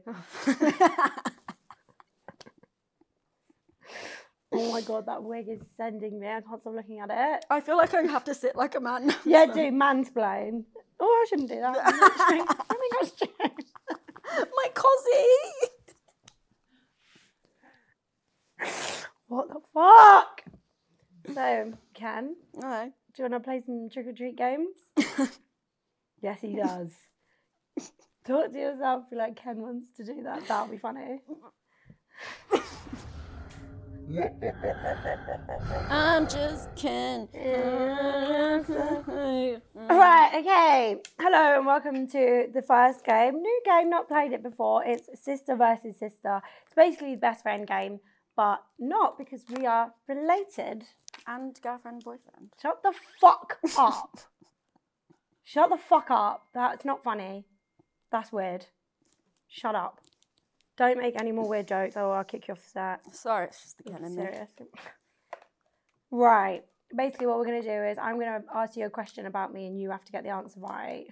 Speaker 1: Oh my god, that wig is sending me. I can't stop looking at it.
Speaker 2: I feel like I have to sit like a man.
Speaker 1: Yeah, do mansplain. Oh, I shouldn't do that. I'm not straight. I think I'm straight.
Speaker 2: my cosy.
Speaker 1: What the fuck? So, Ken,
Speaker 2: No.
Speaker 1: do you want to play some trick or treat games? yes, he does. Talk to yourself. Be like, Ken wants to do that. That'll be funny.
Speaker 2: I'm just Ken.
Speaker 1: Right, okay. Hello and welcome to the first game. New game, not played it before. It's sister versus sister. It's basically the best friend game, but not because we are related.
Speaker 2: And girlfriend, boyfriend.
Speaker 1: Shut the fuck up. Shut the fuck up. That's not funny. That's weird. Shut up. Don't make any more weird jokes or I'll kick you off the set.
Speaker 2: Sorry, it's just the
Speaker 1: Oh,
Speaker 2: Ken in there.
Speaker 1: Serious. Right. Basically, what we're going to do is I'm going to ask you a question about me, and you have to get the answer right.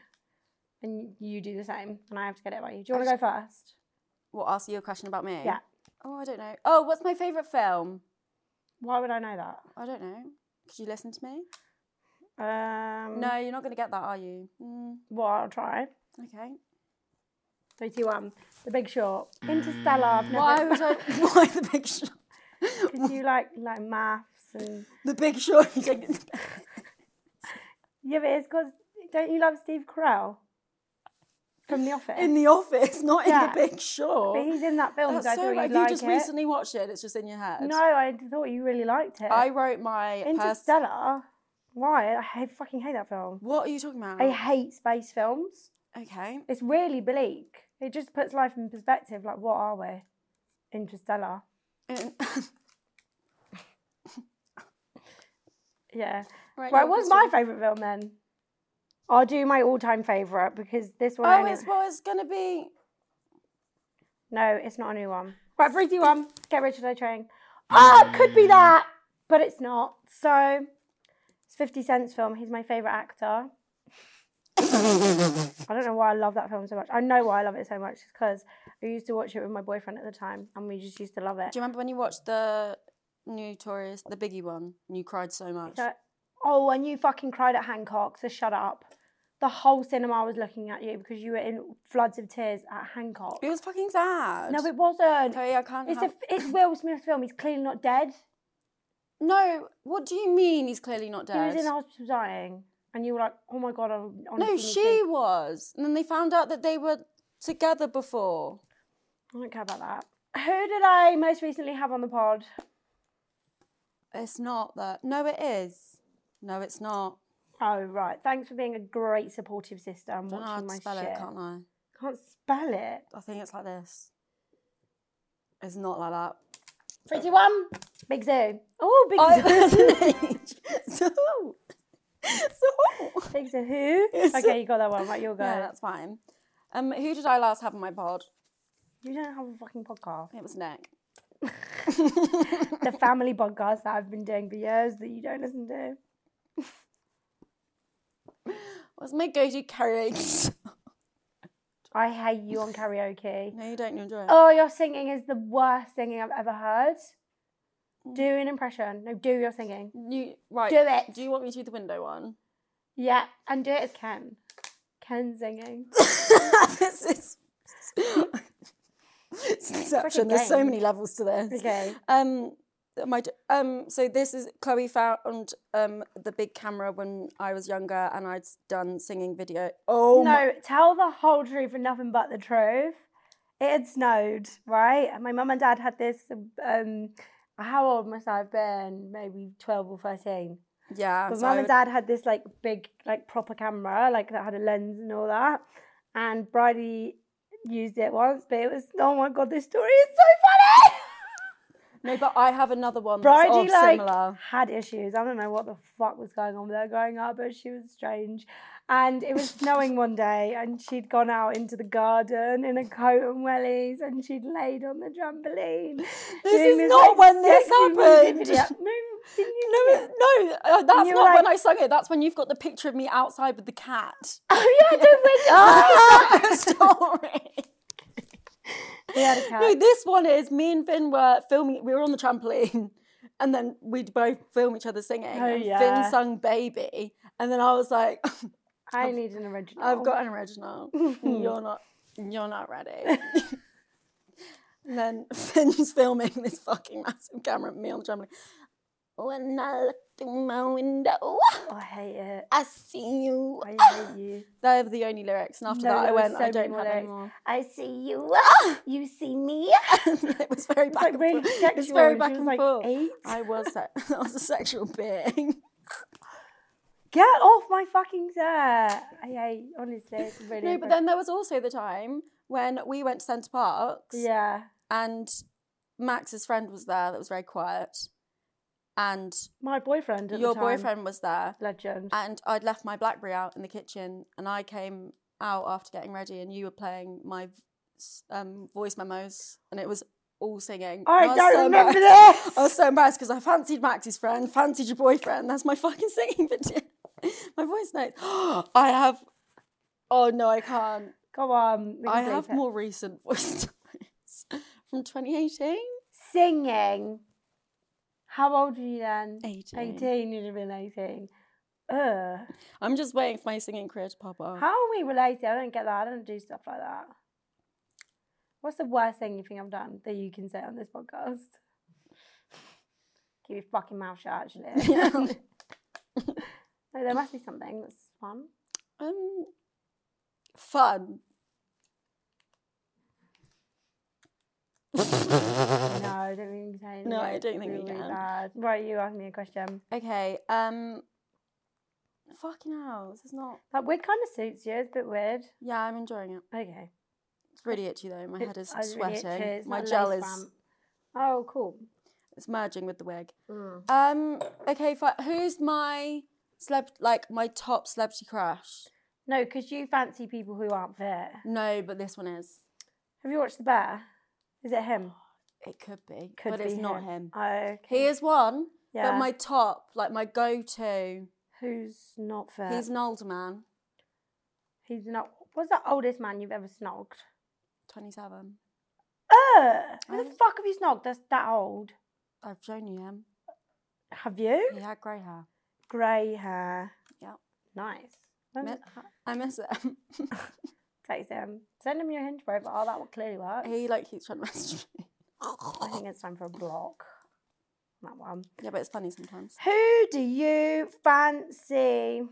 Speaker 1: And you do the same, and I have to get it right. Do you want to go first?
Speaker 2: What, ask you a question about me?
Speaker 1: Yeah.
Speaker 2: Oh, I don't know. Oh, what's my favourite film?
Speaker 1: Why would I know that?
Speaker 2: I don't know. Could you listen to me?
Speaker 1: Um,
Speaker 2: No, you're not going to get that, are you? Mm,
Speaker 1: Well, I'll try.
Speaker 2: okay.
Speaker 1: Three, two, one. The Big Short. Interstellar. I've never.
Speaker 2: Why was I? Why the big shot?
Speaker 1: Because you like like maths and
Speaker 2: The big shot. You think it's
Speaker 1: yeah, but it's because don't you love Steve Carell from The Office?
Speaker 2: in the office, not
Speaker 1: Yeah.
Speaker 2: in the big shot.
Speaker 1: but he's in that film,
Speaker 2: That's
Speaker 1: so I
Speaker 2: so
Speaker 1: thought
Speaker 2: right.
Speaker 1: you'd
Speaker 2: Have
Speaker 1: like
Speaker 2: you just
Speaker 1: it.
Speaker 2: recently watched it? It's just in your head.
Speaker 1: No, I thought you really liked it.
Speaker 2: I wrote my pers-
Speaker 1: Interstellar. Why? I ha- fucking hate that film.
Speaker 2: What are you talking about?
Speaker 1: I hate space films.
Speaker 2: Okay.
Speaker 1: It's really bleak. It just puts life in perspective. Like, what are we? Interstellar.
Speaker 2: Um,
Speaker 1: Yeah.
Speaker 2: right,
Speaker 1: Right,
Speaker 2: no,
Speaker 1: what's
Speaker 2: it's
Speaker 1: my
Speaker 2: fine.
Speaker 1: favourite film then? I'll do my all time favourite because this one. I
Speaker 2: Oh,
Speaker 1: know-
Speaker 2: it's well, it's gonna be.
Speaker 1: No, it's not a new one. Right, three, two, one. Get Rich or Die Trying. Ah, it could
Speaker 2: Mm.
Speaker 1: be that, but it's not. So it's 50 Cent's film. He's my favourite actor. I don't know why I love that film so much. I know why I love it so much because I used to watch it with my boyfriend at the time and we just used to love it.
Speaker 2: Do you remember when you watched the new Tories, the Biggie one, and you cried so much?
Speaker 1: So- oh, and you fucking cried at Hancock, so shut up. The whole cinema was looking at you because you were in floods of tears at Hancock.
Speaker 2: It was fucking sad.
Speaker 1: No, it wasn't.
Speaker 2: Sorry, I can't.
Speaker 1: It's, a,
Speaker 2: have-
Speaker 1: it's Will Smith's film. He's clearly not dead.
Speaker 2: No, what do you mean? He's clearly not dead.
Speaker 1: He was in the hospital dying, and you were like, "Oh my god!" I'm honestly
Speaker 2: no,
Speaker 1: not
Speaker 2: she
Speaker 1: dead."
Speaker 2: was, and then they found out that they were together before.
Speaker 1: I don't care about that. Who did I most recently have on the pod?
Speaker 2: It's not that. No, it is. No, it's not.
Speaker 1: Oh right, thanks for being a great supportive sister and
Speaker 2: I don't know how
Speaker 1: watching
Speaker 2: to
Speaker 1: my
Speaker 2: spell
Speaker 1: shit.
Speaker 2: it, can't I?
Speaker 1: Can't spell it.
Speaker 2: I think it's like this. It's not like that.
Speaker 1: Three, two, one. Big Zoo. Oh, Big
Speaker 2: Oh,
Speaker 1: Zoo.
Speaker 2: so, so.
Speaker 1: Big Zoo. Who?
Speaker 2: It's-
Speaker 1: Okay, you got that one. Right, you'll go.
Speaker 2: Yeah, that's fine. Um, who did I last have on my pod?
Speaker 1: you don't have a fucking podcast.
Speaker 2: It was Nick.
Speaker 1: the family podcast that I've been doing for years that you don't listen to.
Speaker 2: What's my go-to karaoke? song?
Speaker 1: I hate you on karaoke.
Speaker 2: no, you don't. You enjoy it.
Speaker 1: Oh, your singing is the worst singing I've ever heard.
Speaker 2: Mm.
Speaker 1: Do an impression. No, do your singing.
Speaker 2: You right?
Speaker 1: Do it.
Speaker 2: Do you want me to do the window one?
Speaker 1: Yeah, and do it as Ken. Ken singing.
Speaker 2: this is it's deception. There's so
Speaker 1: game.
Speaker 2: many levels to this.
Speaker 1: Okay.
Speaker 2: Um, my d- um. So this is Chloe found um the big camera when I was younger, and I'd done singing video. Oh my-
Speaker 1: no, tell the whole truth and nothing but the truth. It had snowed, right? And my mum and dad had this. Um, how old must I have been? Maybe twelve or thirteen.
Speaker 2: yeah.
Speaker 1: But
Speaker 2: so
Speaker 1: mum
Speaker 2: I
Speaker 1: and
Speaker 2: would-
Speaker 1: dad had this like big, like proper camera, like that had a lens and all that. And Bridie used it once, but it was oh my god, this story is so funny.
Speaker 2: No, but I have another one. That's
Speaker 1: Bridie
Speaker 2: of
Speaker 1: like
Speaker 2: similar.
Speaker 1: had issues. I don't know what the fuck was going on with her growing up, but she was strange. And it was snowing one day, and she'd gone out into the garden in a coat and wellies, and she'd laid on the trampoline.
Speaker 2: is not when this happened.
Speaker 1: No, didn't you
Speaker 2: No,
Speaker 1: see it?
Speaker 2: it- no, uh, that's
Speaker 1: you
Speaker 2: not
Speaker 1: were
Speaker 2: when
Speaker 1: like-
Speaker 2: I sung it. That's when you've got the picture of me outside with the cat.
Speaker 1: Oh yeah, don't win.
Speaker 2: Story.
Speaker 1: We had a
Speaker 2: No,
Speaker 1: cat.
Speaker 2: this one is me and Finn were filming. We were on the trampoline, and then we'd both film each other singing.
Speaker 1: Oh,
Speaker 2: and
Speaker 1: yeah.
Speaker 2: Finn sung "Baby," and then I was like,
Speaker 1: I need an original.
Speaker 2: "I've got an original. you're not. You're not ready." and then Finn's filming this fucking massive camera at me on the trampoline. When I look through my window,
Speaker 1: Oh, I hate it.
Speaker 2: I see you.
Speaker 1: I hate you.
Speaker 2: They're the only lyrics, and after
Speaker 1: No,
Speaker 2: that, I
Speaker 1: there was
Speaker 2: went,
Speaker 1: so
Speaker 2: "I
Speaker 1: many
Speaker 2: don't
Speaker 1: more
Speaker 2: have
Speaker 1: lyrics.
Speaker 2: any more."
Speaker 1: I see you. You see me.
Speaker 2: it was very
Speaker 1: like
Speaker 2: back and
Speaker 1: really
Speaker 2: forth. It was
Speaker 1: sexual,
Speaker 2: very
Speaker 1: and
Speaker 2: back
Speaker 1: she was
Speaker 2: and
Speaker 1: like,
Speaker 2: forth.
Speaker 1: eight?
Speaker 2: I was se- I was a sexual being.
Speaker 1: Get off my fucking set. I hate. Honestly, it's really.
Speaker 2: no, but
Speaker 1: embarrassing.
Speaker 2: then there was also the time when we went to Centre Parks
Speaker 1: Yeah.
Speaker 2: and Max's friend was there that was very quiet. And
Speaker 1: My boyfriend at the
Speaker 2: your
Speaker 1: time.
Speaker 2: boyfriend was there.
Speaker 1: Legend.
Speaker 2: And I'd left my Blackberry out in the kitchen and I came out after getting ready and you were playing my s- um, voice memos and it was all singing. And
Speaker 1: I
Speaker 2: was
Speaker 1: don't
Speaker 2: so
Speaker 1: remember
Speaker 2: embarrassed.
Speaker 1: this.
Speaker 2: I was so embarrassed because I fancied Max's friend, fancied your boyfriend. That's my fucking singing video. my voice notes. I have. Oh no, I can't.
Speaker 1: Go on. we
Speaker 2: I
Speaker 1: can
Speaker 2: have
Speaker 1: bleep it.
Speaker 2: more recent voice notes from 2018.
Speaker 1: singing. How old were you then?
Speaker 2: 18.
Speaker 1: Eighteen. You'd have been eighteen. Ugh.
Speaker 2: I'm just waiting for my singing career to pop up.
Speaker 1: How are we related? I don't get that. I don't do stuff like that. What's the worst thing you think I've done that you can say on this podcast? Keep your fucking mouth shut, actually. no, there must be something that's fun.
Speaker 2: Um, fun.
Speaker 1: No, I don't think we can say anything.
Speaker 2: No, I
Speaker 1: It's
Speaker 2: don't think we
Speaker 1: really
Speaker 2: can.
Speaker 1: bad. Right, you asked me a question.
Speaker 2: Okay. Um, Fucking hell, this is not.
Speaker 1: That wig kind of suits you. It's a bit weird.
Speaker 2: Yeah, I'm enjoying it.
Speaker 1: Okay.
Speaker 2: It's really itchy though. My
Speaker 1: It-
Speaker 2: head is
Speaker 1: I was really itchy.
Speaker 2: sweating.
Speaker 1: It's
Speaker 2: My
Speaker 1: not a
Speaker 2: gel
Speaker 1: lace
Speaker 2: is
Speaker 1: front. Oh, cool.
Speaker 2: it's merging with the wig. Um. Okay. Fine. Who's my celeb? Like my top celebrity crush?
Speaker 1: No, because you fancy people who aren't fit.
Speaker 2: No, but this one is.
Speaker 1: Have you watched The Bear? Is it him?
Speaker 2: It could be,
Speaker 1: Could
Speaker 2: but
Speaker 1: be
Speaker 2: it's not him.
Speaker 1: Oh, okay.
Speaker 2: He is one,
Speaker 1: Yeah.
Speaker 2: but my top, like my go-to,
Speaker 1: Who's not fit?
Speaker 2: he's an older man,
Speaker 1: He's not. What's the oldest man you've ever snogged?
Speaker 2: twenty-seven.
Speaker 1: Uh, who the
Speaker 2: I-
Speaker 1: fuck have you snogged that's that old?
Speaker 2: I've shown you him.
Speaker 1: Have you?
Speaker 2: He had grey hair.
Speaker 1: Grey hair.
Speaker 2: Yep.
Speaker 1: Nice. When
Speaker 2: Mi-
Speaker 1: was that?
Speaker 2: I miss him.
Speaker 1: Text him. Send him your hinge profile. That will clearly work.
Speaker 2: he like keeps trying to message me.
Speaker 1: I think it's time for a block. That one.
Speaker 2: Yeah, but it's funny sometimes.
Speaker 1: Who do you fancy?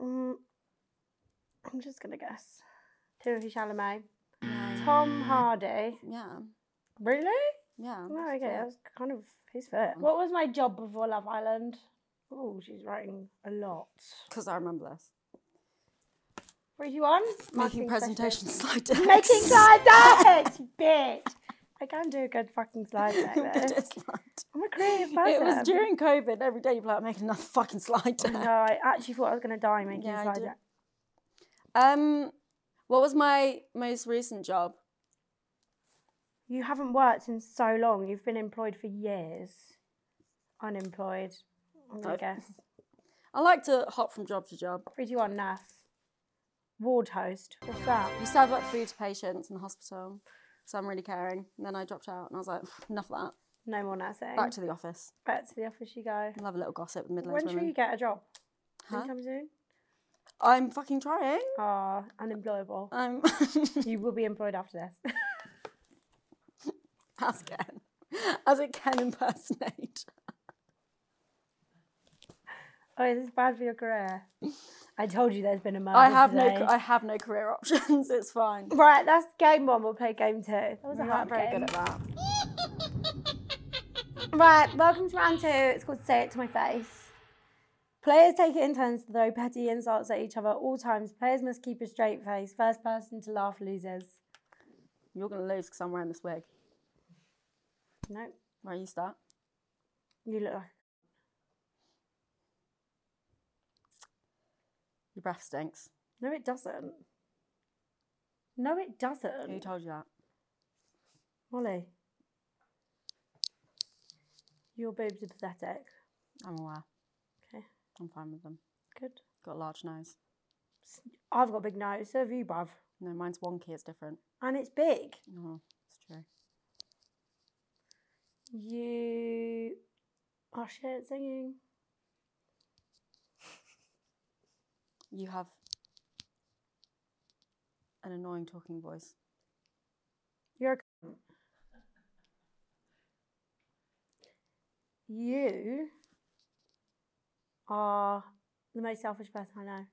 Speaker 1: Mm, I'm just gonna guess. Timothy Chalamet. Tom Hardy.
Speaker 2: Yeah,
Speaker 1: Really?
Speaker 2: yeah.
Speaker 1: Oh, okay, that was kind of his fit. What was my job before Love Island? Oh, she's writing a lot.
Speaker 2: Because I remember this.
Speaker 1: Three, two, one.
Speaker 2: Making
Speaker 1: Marketing
Speaker 2: presentation
Speaker 1: specialist.
Speaker 2: slide decks.
Speaker 1: Making slide decks, bitch. I can do a good fucking slide deck.
Speaker 2: Good
Speaker 1: though.
Speaker 2: at slide.
Speaker 1: I'm a creative person.
Speaker 2: It was during COVID. Every day you're like making another fucking slide
Speaker 1: No,
Speaker 2: deck.
Speaker 1: I actually thought I was gonna die making
Speaker 2: Yeah, I
Speaker 1: a slide
Speaker 2: did.
Speaker 1: deck.
Speaker 2: Um, what was my most recent job?
Speaker 1: You haven't worked in so long. You've been employed for years. Unemployed. I'm gonna
Speaker 2: I've-
Speaker 1: guess.
Speaker 2: I like to hop from job to job.
Speaker 1: Three, two, one. Nurse. Ward host. What's that?
Speaker 2: You serve up food to patients in the hospital. So I'm really caring. And then I dropped out and I was like, enough of
Speaker 1: No more nursing.
Speaker 2: that. Back to the office.
Speaker 1: Back to the office you go.
Speaker 2: I love a little gossip with
Speaker 1: When
Speaker 2: middle-aged
Speaker 1: should you
Speaker 2: women.
Speaker 1: get a job?
Speaker 2: Huh?
Speaker 1: Anytime soon?
Speaker 2: I'm fucking trying.
Speaker 1: Ah, unemployable.
Speaker 2: I'm
Speaker 1: you will be employed after this.
Speaker 2: as can. As it can impersonate.
Speaker 1: oh, is this bad for your career? I told you there's been a murder.
Speaker 2: I have no
Speaker 1: today.
Speaker 2: ca- I have no career options. It's fine.
Speaker 1: Right, that's game one. We'll play game two. That was a
Speaker 2: I'm
Speaker 1: hard
Speaker 2: not very
Speaker 1: game.
Speaker 2: good at that.
Speaker 1: Right, welcome to round two. It's called Say It to My Face. Players take it in turns to throw petty insults at each other at all times. Players must keep a straight face. First person to laugh loses.
Speaker 2: You're gonna lose because I'm wearing this wig.
Speaker 1: Nope.
Speaker 2: Right, you start.
Speaker 1: You look like.
Speaker 2: Your breath stinks.
Speaker 1: No, it doesn't. No, it
Speaker 2: Who
Speaker 1: doesn't.
Speaker 2: told you that?
Speaker 1: Molly. Your boobs are pathetic.
Speaker 2: I'm aware.
Speaker 1: Okay,
Speaker 2: I'm fine with them.
Speaker 1: good.
Speaker 2: Got a large nose.
Speaker 1: I've got a big nose, so have you, bruv.
Speaker 2: No, mine's wonky. It's different.
Speaker 1: And it's big.
Speaker 2: Oh, it's true.
Speaker 1: You. Oh shit, it's singing.
Speaker 2: You have an annoying talking voice.
Speaker 1: You're a. cunt. You are the most selfish person I know.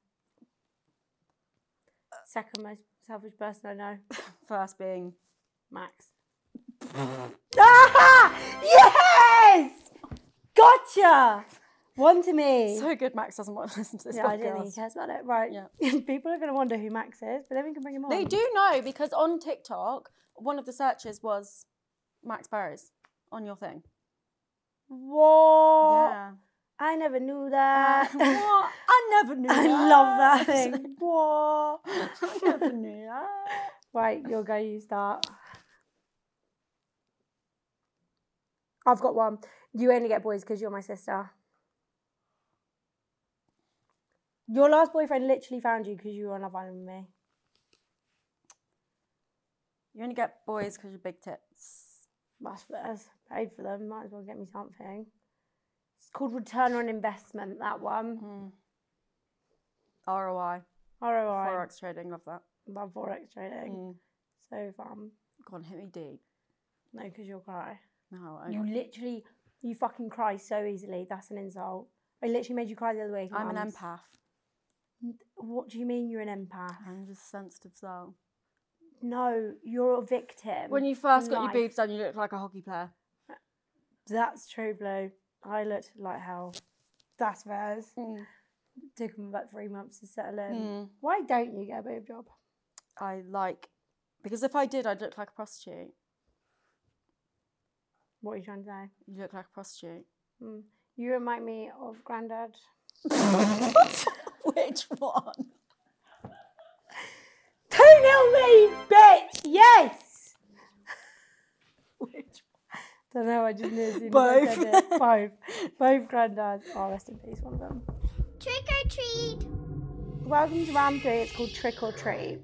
Speaker 1: Second most selfish person I know,
Speaker 2: First being
Speaker 1: Max. ah! Yes! Gotcha! One to me.
Speaker 2: so good, Max doesn't want to listen to this
Speaker 1: yeah, I didn't think he
Speaker 2: podcast.
Speaker 1: cares about it. Right.
Speaker 2: Yeah.
Speaker 1: People are going to wonder who Max is, but then we can bring him on.
Speaker 2: They do know because on TikTok, one of the searches was Max Barrows on your thing.
Speaker 1: Whoa!
Speaker 2: Yeah.
Speaker 1: I never knew
Speaker 2: Uh,
Speaker 1: that.
Speaker 2: what? I never knew.
Speaker 1: I love that thing. Whoa!
Speaker 2: I never knew that.
Speaker 1: Right, you'll go use that. I've got one. You only get boys because you're my sister. Your last boyfriend literally found you because you were on Love Island with me.
Speaker 2: You only get boys because you're big tits.
Speaker 1: That's first. Paid for them. Might as well get me something. It's called return on investment. That one.
Speaker 2: Hmm. ROI.
Speaker 1: ROI.
Speaker 2: Forex Hmm. trading. Love that.
Speaker 1: Love forex trading. So fun.
Speaker 2: Go on, hit me deep.
Speaker 1: No, because you'll cry.
Speaker 2: No,
Speaker 1: You
Speaker 2: I,
Speaker 1: literally, you fucking cry so easily. That's an insult. I literally made you cry the other week.
Speaker 2: I'm an
Speaker 1: mums.
Speaker 2: empath.
Speaker 1: What do you mean you're an empath?
Speaker 2: I'm just sensitive soul.
Speaker 1: No, you're a victim.
Speaker 2: When you first got
Speaker 1: Life.
Speaker 2: your boobs done, you looked like a hockey player. Mm.
Speaker 1: That's true, Blue. I looked like hell. That's theirs. took him about three months to settle in.
Speaker 2: Hmm.
Speaker 1: Why don't you get a boob job?
Speaker 2: I like because if I did, I'd look like a prostitute.
Speaker 1: What are you trying to say?
Speaker 2: You look like a prostitute.
Speaker 1: Mm. You remind me of Grandad.
Speaker 2: Which one?
Speaker 1: Two nil me, bitch. Yes. Don't know. I just knew as soon as I
Speaker 2: Both.
Speaker 1: said it. Both. Both granddads. Oh, rest in peace, one of them.
Speaker 3: Trick or treat!
Speaker 1: Welcome to round three. It's called trick or treat.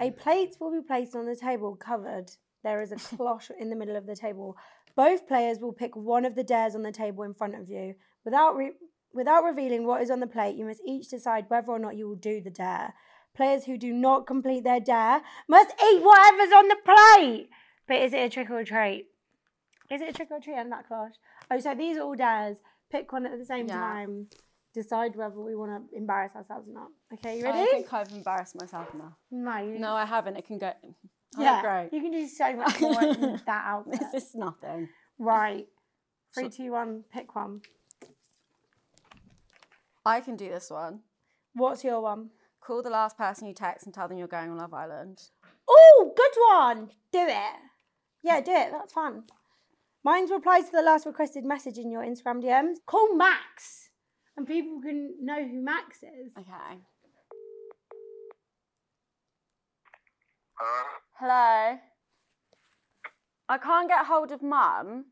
Speaker 1: A plate will be placed on the table covered. There is a cloche in the middle of the table. Both players will pick one of the dares on the table in front of you. Without, re- without revealing what is on the plate, you must each decide whether or not you will do the dare. Players who do not complete their dare must eat whatever's on the plate. But is it a trick or treat? Is it a trick or treat and that cloche? Oh, so these are all dares. Pick one at the same
Speaker 2: Yeah.
Speaker 1: time. Decide whether we want to embarrass ourselves or not. Okay, you ready?
Speaker 2: I think I've embarrassed myself enough.
Speaker 1: No, you,
Speaker 2: No, I haven't. It can go.
Speaker 1: yeah,
Speaker 2: great.
Speaker 1: You can do so much more with that outfit.
Speaker 2: This is nothing.
Speaker 1: Right. Three, two, one. Pick one.
Speaker 2: I can do this one.
Speaker 1: What's your one?
Speaker 2: Call the last person you text and tell them you're going on Love Island.
Speaker 1: Oh, good one. Do it. Yeah, do it. That's fun. Mine's replies to the last requested message in your Instagram DMs. Call Max, and people can know who Max is.
Speaker 2: Okay.
Speaker 4: Hello?
Speaker 2: Hello. I can't get hold of mum.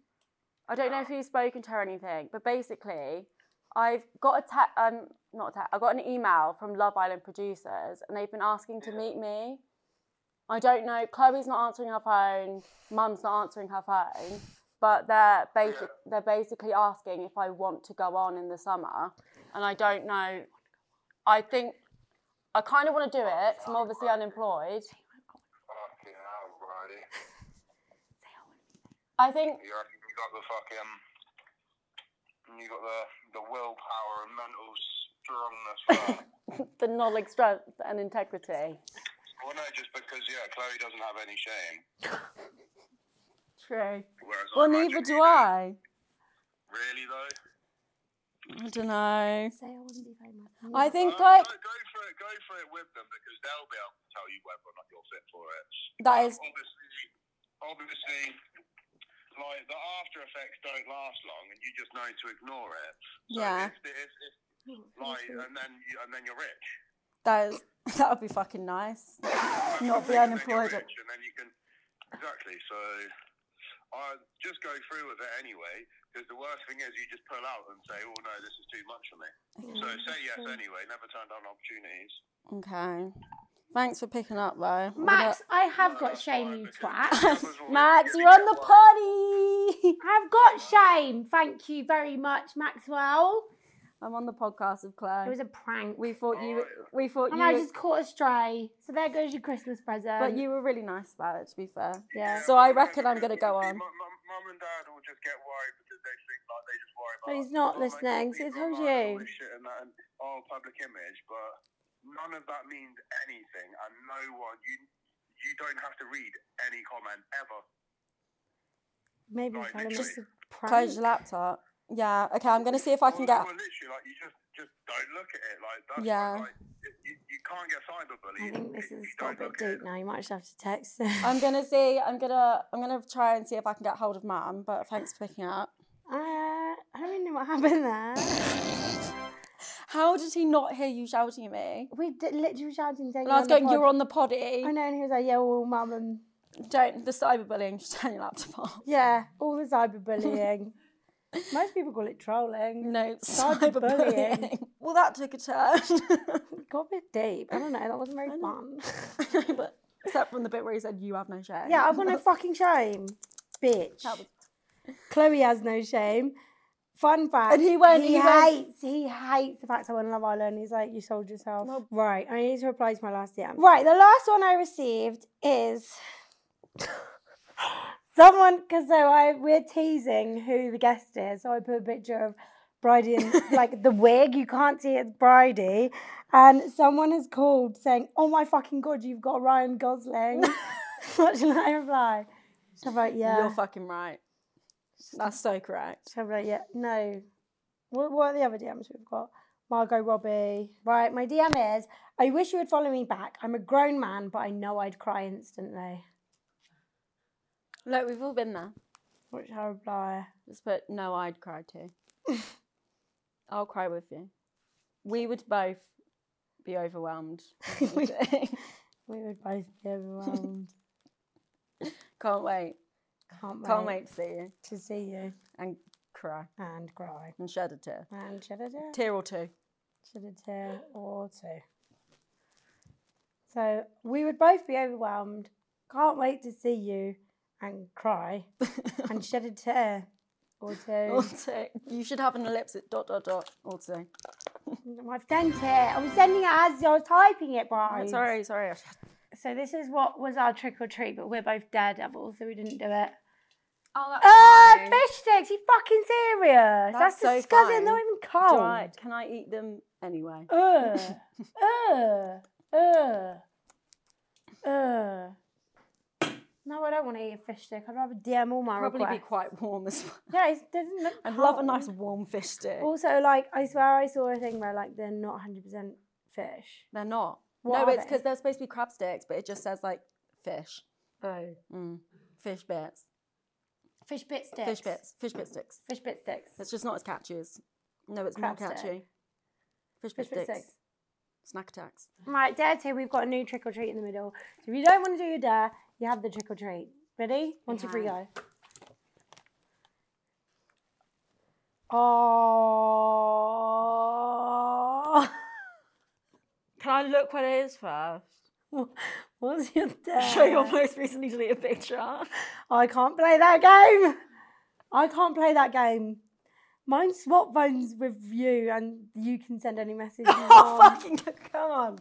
Speaker 2: I don't know if you've spoken to her or anything, but basically, I've got a te- um not a te- I got an email from Love Island producers, and they've been asking to meet me. I don't know. Chloe's not answering her phone. Mum's not answering her phone. But they're basic. They're basically asking if I want to go on in the summer, and I don't know. I think I kind of want to do it. 'cause I'm obviously unemployed.
Speaker 4: Fucking hell, Brody.
Speaker 2: I think
Speaker 4: You reckon you got the fucking. You got the, the willpower and mental strongness for that.
Speaker 2: the knowledge, strength, and integrity.
Speaker 4: well, no, just because, yeah, Chloe doesn't have any shame.
Speaker 2: True.
Speaker 4: Whereas
Speaker 2: Well,
Speaker 4: I
Speaker 2: neither do
Speaker 4: imagine you
Speaker 2: I.
Speaker 4: Really, though?
Speaker 2: I don't know.
Speaker 1: Say I wouldn't be famous.
Speaker 2: I think
Speaker 4: Uh,
Speaker 2: like
Speaker 4: go, go for it, go for it with them because they'll be able to tell you whether or not you're fit for it.
Speaker 2: that is
Speaker 4: Obviously, obviously, like the after effects don't last long, and you just know to ignore it. So
Speaker 2: Yeah.
Speaker 4: It's, it's, it's, like, and then you, and then you're rich.
Speaker 2: that is that would be fucking nice. Not be unemployed.
Speaker 4: Then you're rich, and then you can exactly. So I just go through with it anyway because the worst thing is you just pull out and say, "Oh no, this is too much for me." So say yes anyway. Never turn down opportunities.
Speaker 2: Okay. Thanks for picking up though.
Speaker 1: Max, I have got shame, you twat.
Speaker 2: Max, you're on the potty.
Speaker 1: I've got shame. Thank you very much, Maxwell.
Speaker 2: I'm on the podcast of
Speaker 1: It was
Speaker 2: Chloe.
Speaker 1: a prank.
Speaker 2: We thought you. We thought
Speaker 1: And I
Speaker 2: you.
Speaker 1: just caught a stray. So there goes your Christmas present.
Speaker 2: But you were really nice about it. To be fair.
Speaker 1: Yeah.
Speaker 2: So I reckon I'm gonna go on.
Speaker 4: Mum mum and dad will just get worried because they think like they just worry about.
Speaker 1: But he's not
Speaker 4: "Oh, my God,
Speaker 1: listening, so
Speaker 4: people
Speaker 1: it tells
Speaker 4: are like,
Speaker 1: you.
Speaker 4: all this Shit and that, and, oh, public image, but none of that means anything, and no one you you don't have to read any comment ever.
Speaker 1: Maybe
Speaker 4: Right,
Speaker 1: tell him
Speaker 4: literally.
Speaker 1: it's a prank.
Speaker 2: Close your laptop. Yeah. Okay. I'm gonna see if I can get.
Speaker 4: Well, literally, like you just just don't look at it. Like that's
Speaker 2: Yeah.
Speaker 4: yeah. like, you- you, you can't get cyberbullied.
Speaker 1: I think this
Speaker 4: if
Speaker 1: has
Speaker 4: you
Speaker 1: got a
Speaker 4: don't
Speaker 1: bit
Speaker 4: look at
Speaker 1: deep
Speaker 4: it.
Speaker 1: now. You might just have to text him.
Speaker 2: I'm gonna see. I'm gonna. I'm gonna try and see if I can get hold of Mum. But thanks for picking up.
Speaker 1: Uh, I don't really know what happened there.
Speaker 2: How did he not hear you shouting at me?
Speaker 1: We did literally shouting.
Speaker 2: And I was going, "You're on the potty."
Speaker 1: I know, and he was like, "Yeah, well, mum, and
Speaker 2: Don't the cyberbullying. Just turn your laptop off.
Speaker 1: yeah, all the cyberbullying." Most people call it trolling.
Speaker 2: No
Speaker 1: Cyberbullying.
Speaker 2: cyberbullying. Well, that took a turn.
Speaker 1: It got a bit deep. I don't know. That wasn't very fun.
Speaker 2: but except from the bit where he said, "You have no shame."
Speaker 1: yeah, I've got no fucking shame, bitch.
Speaker 2: was-
Speaker 1: Chloe has no shame. Fun fact.
Speaker 2: And he went-
Speaker 1: He,
Speaker 2: he went-
Speaker 1: hates. He hates the fact I went on Love Island. He's like, you sold yourself. Right. I need to reply to my last DM. Right. The last one I received is someone because so I we're teasing who the guest is. So I put a picture of Bridie in like the wig. You can't see it's Bridie. And someone has called saying, "Oh my fucking god, you've got Ryan Gosling." what should I reply? Should I write, yeah?
Speaker 2: you're fucking right. That's so correct.
Speaker 1: Should I write, yeah? No. What, what are the other DMs we've got? Margot Robbie. Right, my DM is I wish you would follow me back. I'm a grown man, but I know I'd cry instantly.
Speaker 5: Look, we've all been there.
Speaker 1: Which I reply.
Speaker 5: Just put, no, I'd cry too. I'll cry with you. We would both be overwhelmed.
Speaker 1: we would both be overwhelmed.
Speaker 5: Can't wait.
Speaker 1: Can't wait,
Speaker 5: Can't wait to see you
Speaker 1: to see you
Speaker 5: and cry
Speaker 1: and cry.
Speaker 5: and shed a tear.
Speaker 1: And shed a tear,
Speaker 5: Tear or two.
Speaker 1: shed a tear or two. So we would both be overwhelmed. Can't wait to see you and cry and shed a tear or
Speaker 5: Or
Speaker 1: two.
Speaker 5: two. You should have an ellipsis dot dot dot or two.
Speaker 1: I've done it. I was sending it as I was typing it,
Speaker 5: Oh,
Speaker 1: Brian.
Speaker 5: sorry, sorry.
Speaker 1: So this is what was our trick or treat, but we're both daredevils, so we didn't do it.
Speaker 5: Oh,
Speaker 1: Oh, fish sticks! You fucking serious? That's,
Speaker 5: That's so
Speaker 1: disgusting.
Speaker 5: fine.
Speaker 1: They're not even cold.
Speaker 5: Oh, Can I eat them anyway?
Speaker 1: Ugh. Ugh. Ugh. Ugh. No, I don't want to eat a fish stick. I'd rather DM all my
Speaker 5: Probably be
Speaker 1: requests.
Speaker 5: quite warm as well.
Speaker 1: Yeah, it doesn't look.
Speaker 5: I'd love a
Speaker 1: cold.
Speaker 5: nice warm fish stick.
Speaker 1: Also, like I swear I saw a thing where like they're not hundred percent fish.
Speaker 5: They're not.
Speaker 1: What
Speaker 5: no,
Speaker 1: are
Speaker 5: it's
Speaker 1: they?
Speaker 5: because they're supposed to be crab sticks, but it just says like fish,
Speaker 1: Oh.
Speaker 5: mm. fish bits,
Speaker 1: Fish bit sticks.
Speaker 5: fish bits, fish bit sticks.
Speaker 1: Fish bit sticks.
Speaker 5: It's just not as catchy as. No, it's
Speaker 1: Crab
Speaker 5: more
Speaker 1: stick.
Speaker 5: catchy. Fish bit
Speaker 1: Fish bit
Speaker 5: sticks.
Speaker 1: sticks.
Speaker 5: Snack attacks.
Speaker 1: Right, dare two. We've got a new trick or treat in the middle. So if you don't want to do your dare, you have the trick or treat. Ready? One, two, three, go. Oh.
Speaker 5: Can I look what it is first?
Speaker 1: What's your dare?
Speaker 5: Show your most recently deleted picture.
Speaker 1: I can't play that game. I can't play that game. Mine swap phones with you, and you can send any message. you
Speaker 5: oh,
Speaker 1: want.
Speaker 5: fucking come on!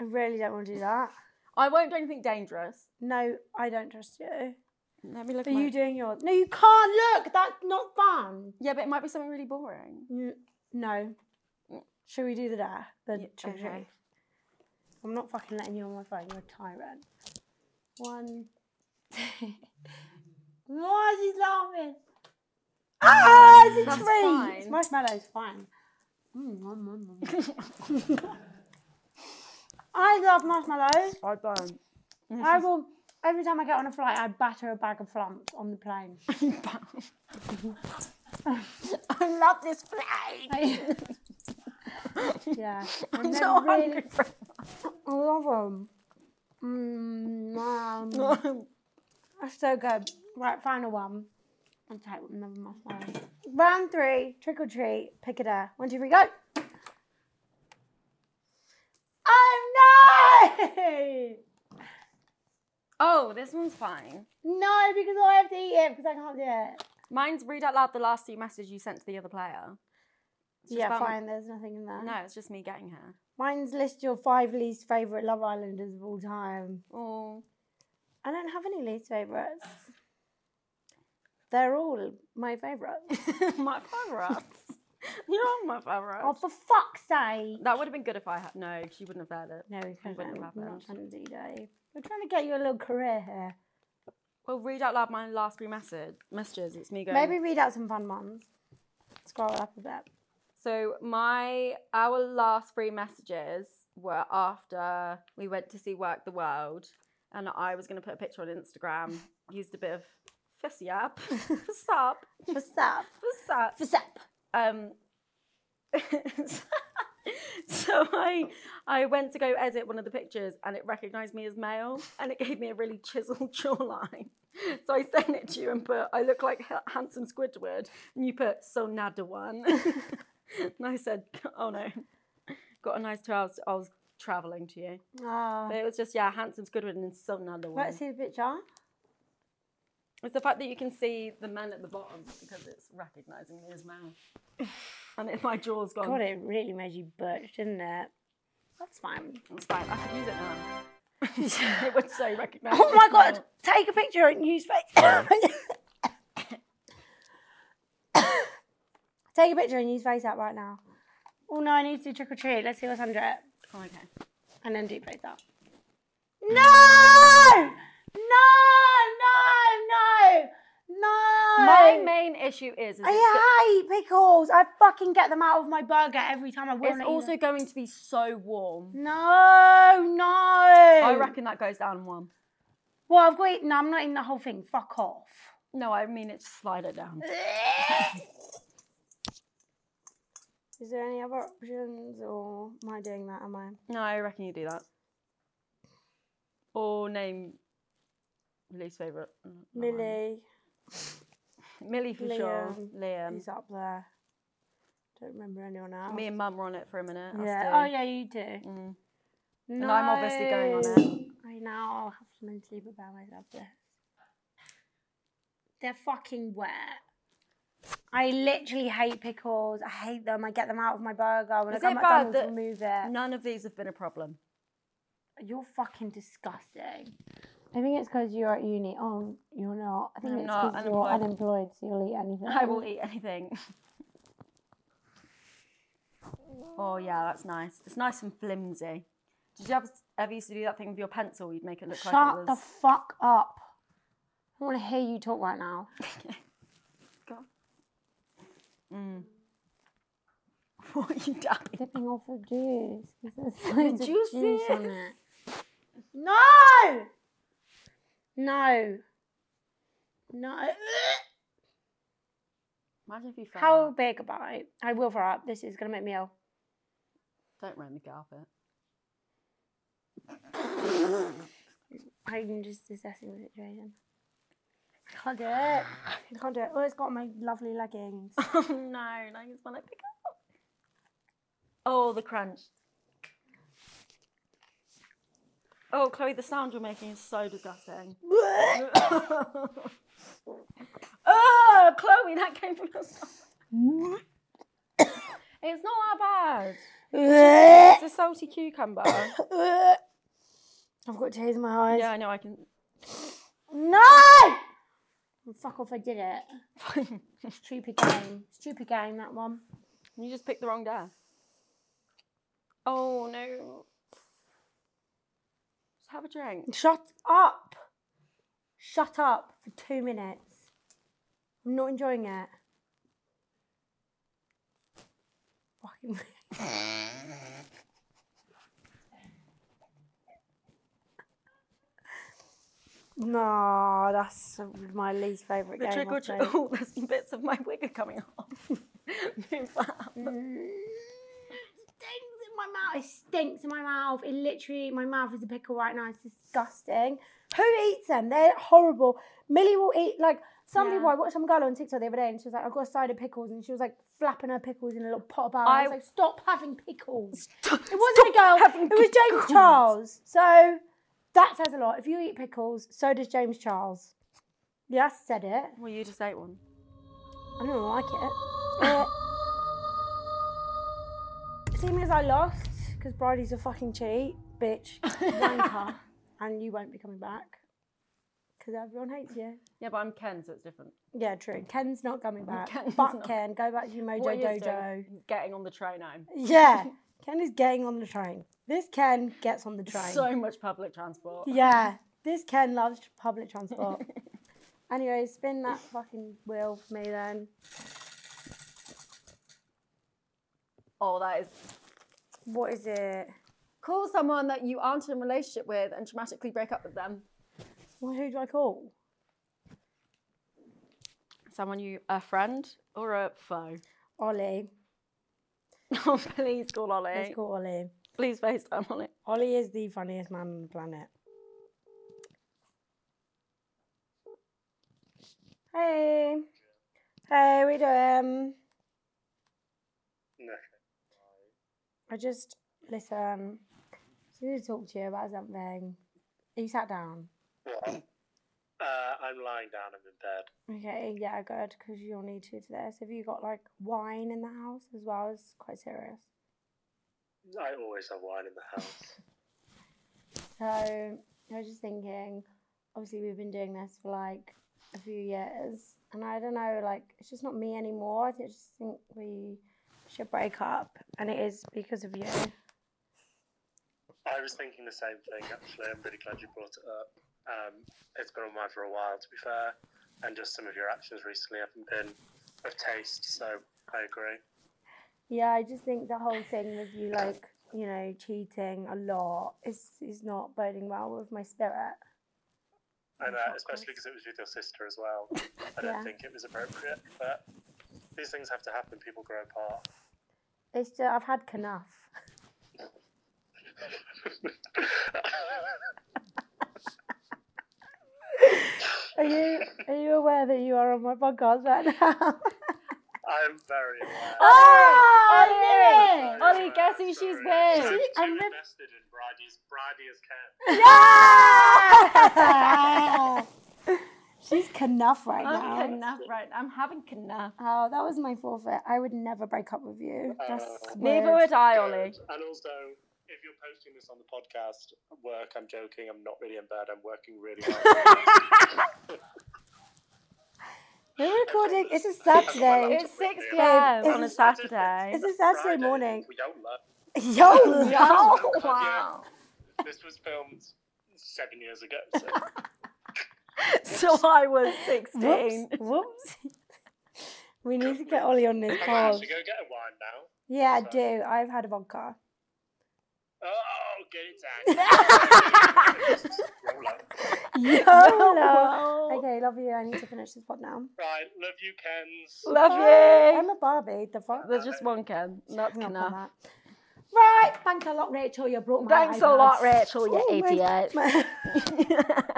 Speaker 1: I really don't want to do that.
Speaker 5: I won't do anything dangerous.
Speaker 1: No, I don't trust you.
Speaker 5: Let me look.
Speaker 1: Are
Speaker 5: at my-
Speaker 1: you doing yours? No, you can't look. That's not fun.
Speaker 5: Yeah, but it might be something really boring.
Speaker 1: N- no. Should we do the dare? The trick or
Speaker 5: okay.
Speaker 1: treat? I'm not fucking letting you on my phone. You're a tyrant. One. Why is he laughing? Ah, it's a
Speaker 5: That's
Speaker 1: treat. It's
Speaker 5: fine.
Speaker 1: marshmallow's fine. Mm, mm, mm, mm. I love marshmallows.
Speaker 5: I don't.
Speaker 1: I will. Every time I get on a flight, I batter a bag of flumps on the plane.
Speaker 5: I love this flag.
Speaker 1: Yeah,
Speaker 5: I'm
Speaker 1: and then
Speaker 5: so
Speaker 1: really
Speaker 5: hungry for
Speaker 1: I love them. Mm, um, that's so good. Right, final one. I'll take another marshmallow. Round three, trick or treat, pick a dare. One, two, three, go. Oh no!
Speaker 5: Oh, this one's fine.
Speaker 1: No, because I have to eat it because I can't do it.
Speaker 5: Mine's read out loud the last two messages you sent to the other player. It's just
Speaker 1: yeah,
Speaker 5: about-
Speaker 1: fine. There's nothing in there.
Speaker 5: No, it's just me getting her.
Speaker 1: Mine's list your five least favorite Love Islanders of all time.
Speaker 5: Oh,
Speaker 1: I don't have any least favorites. They're all my favorites.
Speaker 5: my favorites. you are my favorites.
Speaker 1: Oh, for fuck's sake!
Speaker 5: That would have been good if I had. No, she wouldn't have had it.
Speaker 1: No, we
Speaker 5: We
Speaker 1: can't.
Speaker 5: wouldn't have
Speaker 1: We're not
Speaker 5: that.
Speaker 1: trying to do that. We're trying to get you a little career here.
Speaker 5: Well, read out loud my last three message messages. It's me going.
Speaker 1: Maybe read out some fun ones. Scroll up a bit.
Speaker 5: So my our last three messages were after we went to see Work the World, and I was going to put a picture on Instagram. Used a bit of fissy up, fiss up,
Speaker 1: For sap.
Speaker 5: fiss up.
Speaker 1: For sap.
Speaker 5: Um, so I I went to go edit one of the pictures, and it recognised me as male, and it gave me a really chiselled jawline. So I sent it to you and put, I look like Ha- handsome Squidward, and you put, so nada one. and I said, oh no, got a nice two hours. I was travelling to you.
Speaker 1: Ah.
Speaker 5: But it was just, yeah, handsome Squidward and so nada one.
Speaker 1: Let's see the picture.
Speaker 5: It's the fact that you can see the men at the bottom because it's recognising me as male. And it, my jaw's gone.
Speaker 1: God, it really made you butch, didn't it? That's fine.
Speaker 5: It's fine. I could use it now. it would so recognise.
Speaker 1: Oh my god! Take a picture and use face. Take a picture and use face up right now. Oh no, I need to do trick or treat. Let's see what's under it.
Speaker 5: Oh, okay.
Speaker 1: and then do face up. No! No! No! No! No!
Speaker 5: My main issue is, is
Speaker 1: I
Speaker 5: it's, go-
Speaker 1: hate pickles. I fucking get them out of my burger every time I want
Speaker 5: it's also going to be so warm.
Speaker 1: No, no.
Speaker 5: I reckon that goes down one.
Speaker 1: Well, I've got. No, I'm not eating the whole thing. Fuck off.
Speaker 5: No, I mean it's slide it down.
Speaker 1: Is there any other options, or am I doing that? Am I?
Speaker 5: No, I reckon you do that. Or name least favorite. mm,
Speaker 1: Millie,
Speaker 5: Millie for sure.
Speaker 1: Liam.
Speaker 5: Liam.
Speaker 1: he's up there. Don't remember anyone else.
Speaker 5: Um, Me and Mum were on it for a minute. us
Speaker 1: yeah.
Speaker 5: two.
Speaker 1: Oh yeah, you do. No.
Speaker 5: Mm. And I'm obviously going on it.
Speaker 1: I know. I'll have some in tea about myself. This. They're fucking wet. I literally hate pickles. I hate them. I get them out of my burger. When
Speaker 5: Is
Speaker 1: I
Speaker 5: it
Speaker 1: come
Speaker 5: bad
Speaker 1: McDonald's,
Speaker 5: that-
Speaker 1: remove it.
Speaker 5: None of these have been a problem.
Speaker 1: You're fucking disgusting. I think it's because you're at uni. Oh, you're not. I think
Speaker 5: I'm
Speaker 1: it's
Speaker 5: not
Speaker 1: 'cause you're
Speaker 5: unemployed.
Speaker 1: unemployed, so you'll eat anything.
Speaker 5: I will eat anything. oh yeah, that's nice. It's nice and flimsy. Did you ever, ever used to do that thing with your pencil? You'd make it look
Speaker 1: Shut
Speaker 5: like it
Speaker 1: the
Speaker 5: was.
Speaker 1: fuck up. I want to hear you talk right now.
Speaker 5: Go. Mm. What are you dabbing?
Speaker 1: Dipping off the juice. 'cause there's loads
Speaker 5: Did
Speaker 1: of
Speaker 5: you see
Speaker 1: juice on
Speaker 5: it?
Speaker 1: it. No! No. No.
Speaker 5: Imagine if you fell.
Speaker 1: How
Speaker 5: out.
Speaker 1: big a bite? I will throw up. This is going to make me ill.
Speaker 5: Don't roam the carpet.
Speaker 1: I'm just assessing the situation. I can't do it. I can't do it. Oh, it's got my lovely leggings.
Speaker 5: Oh no, now you just want to pick up. Oh, the crunch. Oh, Chloe, the sound you're making is so disgusting. oh, Chloe, that came from your stomach. it's not that bad. It's a salty cucumber.
Speaker 1: I've got tears in my eyes.
Speaker 5: yeah, I know, I can.
Speaker 1: No! Fuck off, I did it. Stupid game. Stupid game, that one.
Speaker 5: you just picked the wrong guy. Oh, no. Just have a drink.
Speaker 1: Shut up. Shut up for two minutes. I'm not enjoying it. Fucking. no, that's my least favourite
Speaker 5: The
Speaker 1: game.
Speaker 5: trick
Speaker 1: I
Speaker 5: or treat.
Speaker 1: think.
Speaker 5: Oh, there's bits of my wig are coming off. Move
Speaker 1: stinks
Speaker 5: that.
Speaker 1: in my mouth. It stinks in my mouth. It literally, my mouth is a pickle right now. It's disgusting. Who eats them? They're horrible. Millie will eat like some people. I watched some girl on TikTok the other day, and she was like, "I got a side of pickles," and she was like flapping her pickles in a little pot of bar. I,
Speaker 5: I-
Speaker 1: was like, "Stop having pickles." It
Speaker 5: Stop
Speaker 1: wasn't a girl.
Speaker 5: having
Speaker 1: It was James
Speaker 5: pickles.
Speaker 1: Charles. So that says a lot. If you eat pickles, so does James Charles. Yeah, I said it.
Speaker 5: Well, you just ate one.
Speaker 1: I don't like it. Uh, seeing as I lost, because Bridie's a fucking cheat, bitch, wanker, and you won't be coming back because everyone hates you.
Speaker 5: Yeah, but I'm Ken, so it's different.
Speaker 1: Yeah, true. Ken's not coming back.
Speaker 5: Ken's
Speaker 1: Fuck
Speaker 5: not-
Speaker 1: Ken. Go back to your mojo
Speaker 5: What he is
Speaker 1: dojo.
Speaker 5: doing, he's getting on the train home.
Speaker 1: Yeah, Ken is getting on the train. This Ken gets on the train.
Speaker 5: So much public transport.
Speaker 1: yeah, this Ken loves public transport. anyway, spin that fucking wheel for me then.
Speaker 5: Oh, that is.
Speaker 1: What is it?
Speaker 5: Call someone that you aren't in a relationship with and dramatically break up with them.
Speaker 1: Well, who do I call?
Speaker 5: Someone you, a friend or a foe.
Speaker 1: Ollie.
Speaker 5: Oh, please call
Speaker 1: Let's
Speaker 5: Ollie.
Speaker 1: call Ollie.
Speaker 5: Please FaceTime Ollie.
Speaker 1: Ollie is the funniest man on the planet. Hey. Hey, we doing?
Speaker 6: Nothing.
Speaker 1: I just listen. I need to talk to you about something. Are you sat down?
Speaker 6: What? Uh, I'm lying down. I'm in bed.
Speaker 1: Okay, yeah, good, because you'll need to for this. Have you got like wine in the house as well? It's quite serious.
Speaker 6: I always have wine in the house.
Speaker 1: So I was just thinking, obviously we've been doing this for like a few years, and I don't know, like it's just not me anymore. I think- just think we should break up, and it is because of you.
Speaker 6: I was thinking the same thing actually. I'm really glad you brought it up. Um, it's been on mine for a while, to be fair. and just some of your actions recently haven't been of taste. So I agree.
Speaker 1: Yeah, I just think the whole thing with you, like, you know, cheating a lot is, is not boding well with my spirit.
Speaker 6: And uh, especially because it was with your sister as well. I don't
Speaker 1: Yeah.
Speaker 6: think it was appropriate, but these things have to happen. People grow apart.
Speaker 1: It's just, I've had enough. Are you are you aware that you are on my podcast right now?
Speaker 6: I'm very aware.
Speaker 1: oh,
Speaker 6: Very
Speaker 2: Ollie,
Speaker 6: aware,
Speaker 2: guess who she's
Speaker 6: sorry.
Speaker 2: with?
Speaker 6: So,
Speaker 1: She-
Speaker 6: too
Speaker 1: and the-
Speaker 6: invested in Bridie's, Bridie as Ken.
Speaker 1: Yeah! She's knuff right now.
Speaker 2: I'm enough right now. I'm having enough.
Speaker 1: Oh, that was my forfeit. I would never break up with you. That's
Speaker 6: Uh,
Speaker 2: Neither
Speaker 1: weird.
Speaker 2: would I, Ollie.
Speaker 6: And also, if you're posting this on the podcast, work, I'm joking, I'm not really in bed, I'm working really hard.
Speaker 1: We're recording. It's a Saturday.
Speaker 2: It's 6
Speaker 6: It's-
Speaker 2: p.m. on a
Speaker 1: it's-
Speaker 2: Saturday.
Speaker 1: It's a Saturday
Speaker 6: Friday,
Speaker 1: morning.
Speaker 6: Yola.
Speaker 1: Yo, yo.
Speaker 2: Wow.
Speaker 6: This was filmed seven years ago. So.
Speaker 2: So I was 16.
Speaker 1: Whoops. Whoops. We need to get Ollie on this
Speaker 6: I'm
Speaker 1: call.
Speaker 6: actually going to get a wine now.
Speaker 1: Yeah, I do. I've had a vodka.
Speaker 6: Oh, get it down. Yola.
Speaker 1: YOLO. Okay, love you. I need to finish this pod now.
Speaker 6: Right, love you, Kens.
Speaker 2: Love
Speaker 1: Bye.
Speaker 2: you.
Speaker 1: I'm a Barbie. The fuck?
Speaker 2: There's just one Ken. That's
Speaker 1: Hang up on
Speaker 2: enough.
Speaker 1: that. Right, thanks a lot, Rachel. You brought my
Speaker 2: Thanks a
Speaker 1: iPad.
Speaker 2: lot, Rachel, you
Speaker 1: Oh, my-
Speaker 2: idiot.
Speaker 1: my-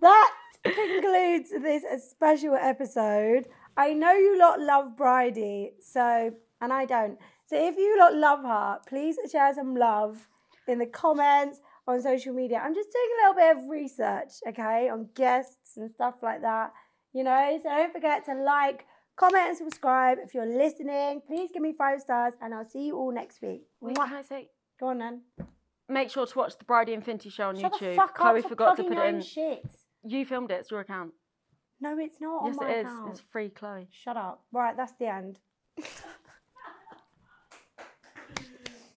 Speaker 1: that concludes this special episode. I know you lot love Bridie, so and I don't. So if you lot love her, please share some love in the comments on social media. I'm just doing a little bit of research, okay, on guests and stuff like that. You know, so don't forget to like, comment, and subscribe if you're listening. Please give me five stars, and I'll see you all next week.
Speaker 2: Wait,
Speaker 1: Mwah.
Speaker 2: can I say?
Speaker 1: Go on then.
Speaker 2: Make sure to watch the Bridie and Finty show on
Speaker 1: Shut
Speaker 2: YouTube.
Speaker 1: the fuck
Speaker 2: Chloe
Speaker 1: up for
Speaker 2: forgot to
Speaker 1: plugging
Speaker 2: put
Speaker 1: your
Speaker 2: it
Speaker 1: own
Speaker 2: in.
Speaker 1: Shit.
Speaker 2: you filmed it. It's your account.
Speaker 1: No, it's not
Speaker 2: yes,
Speaker 1: on my
Speaker 2: it is.
Speaker 1: account.
Speaker 2: It's free, Chloe.
Speaker 1: Shut up. Right, that's the end.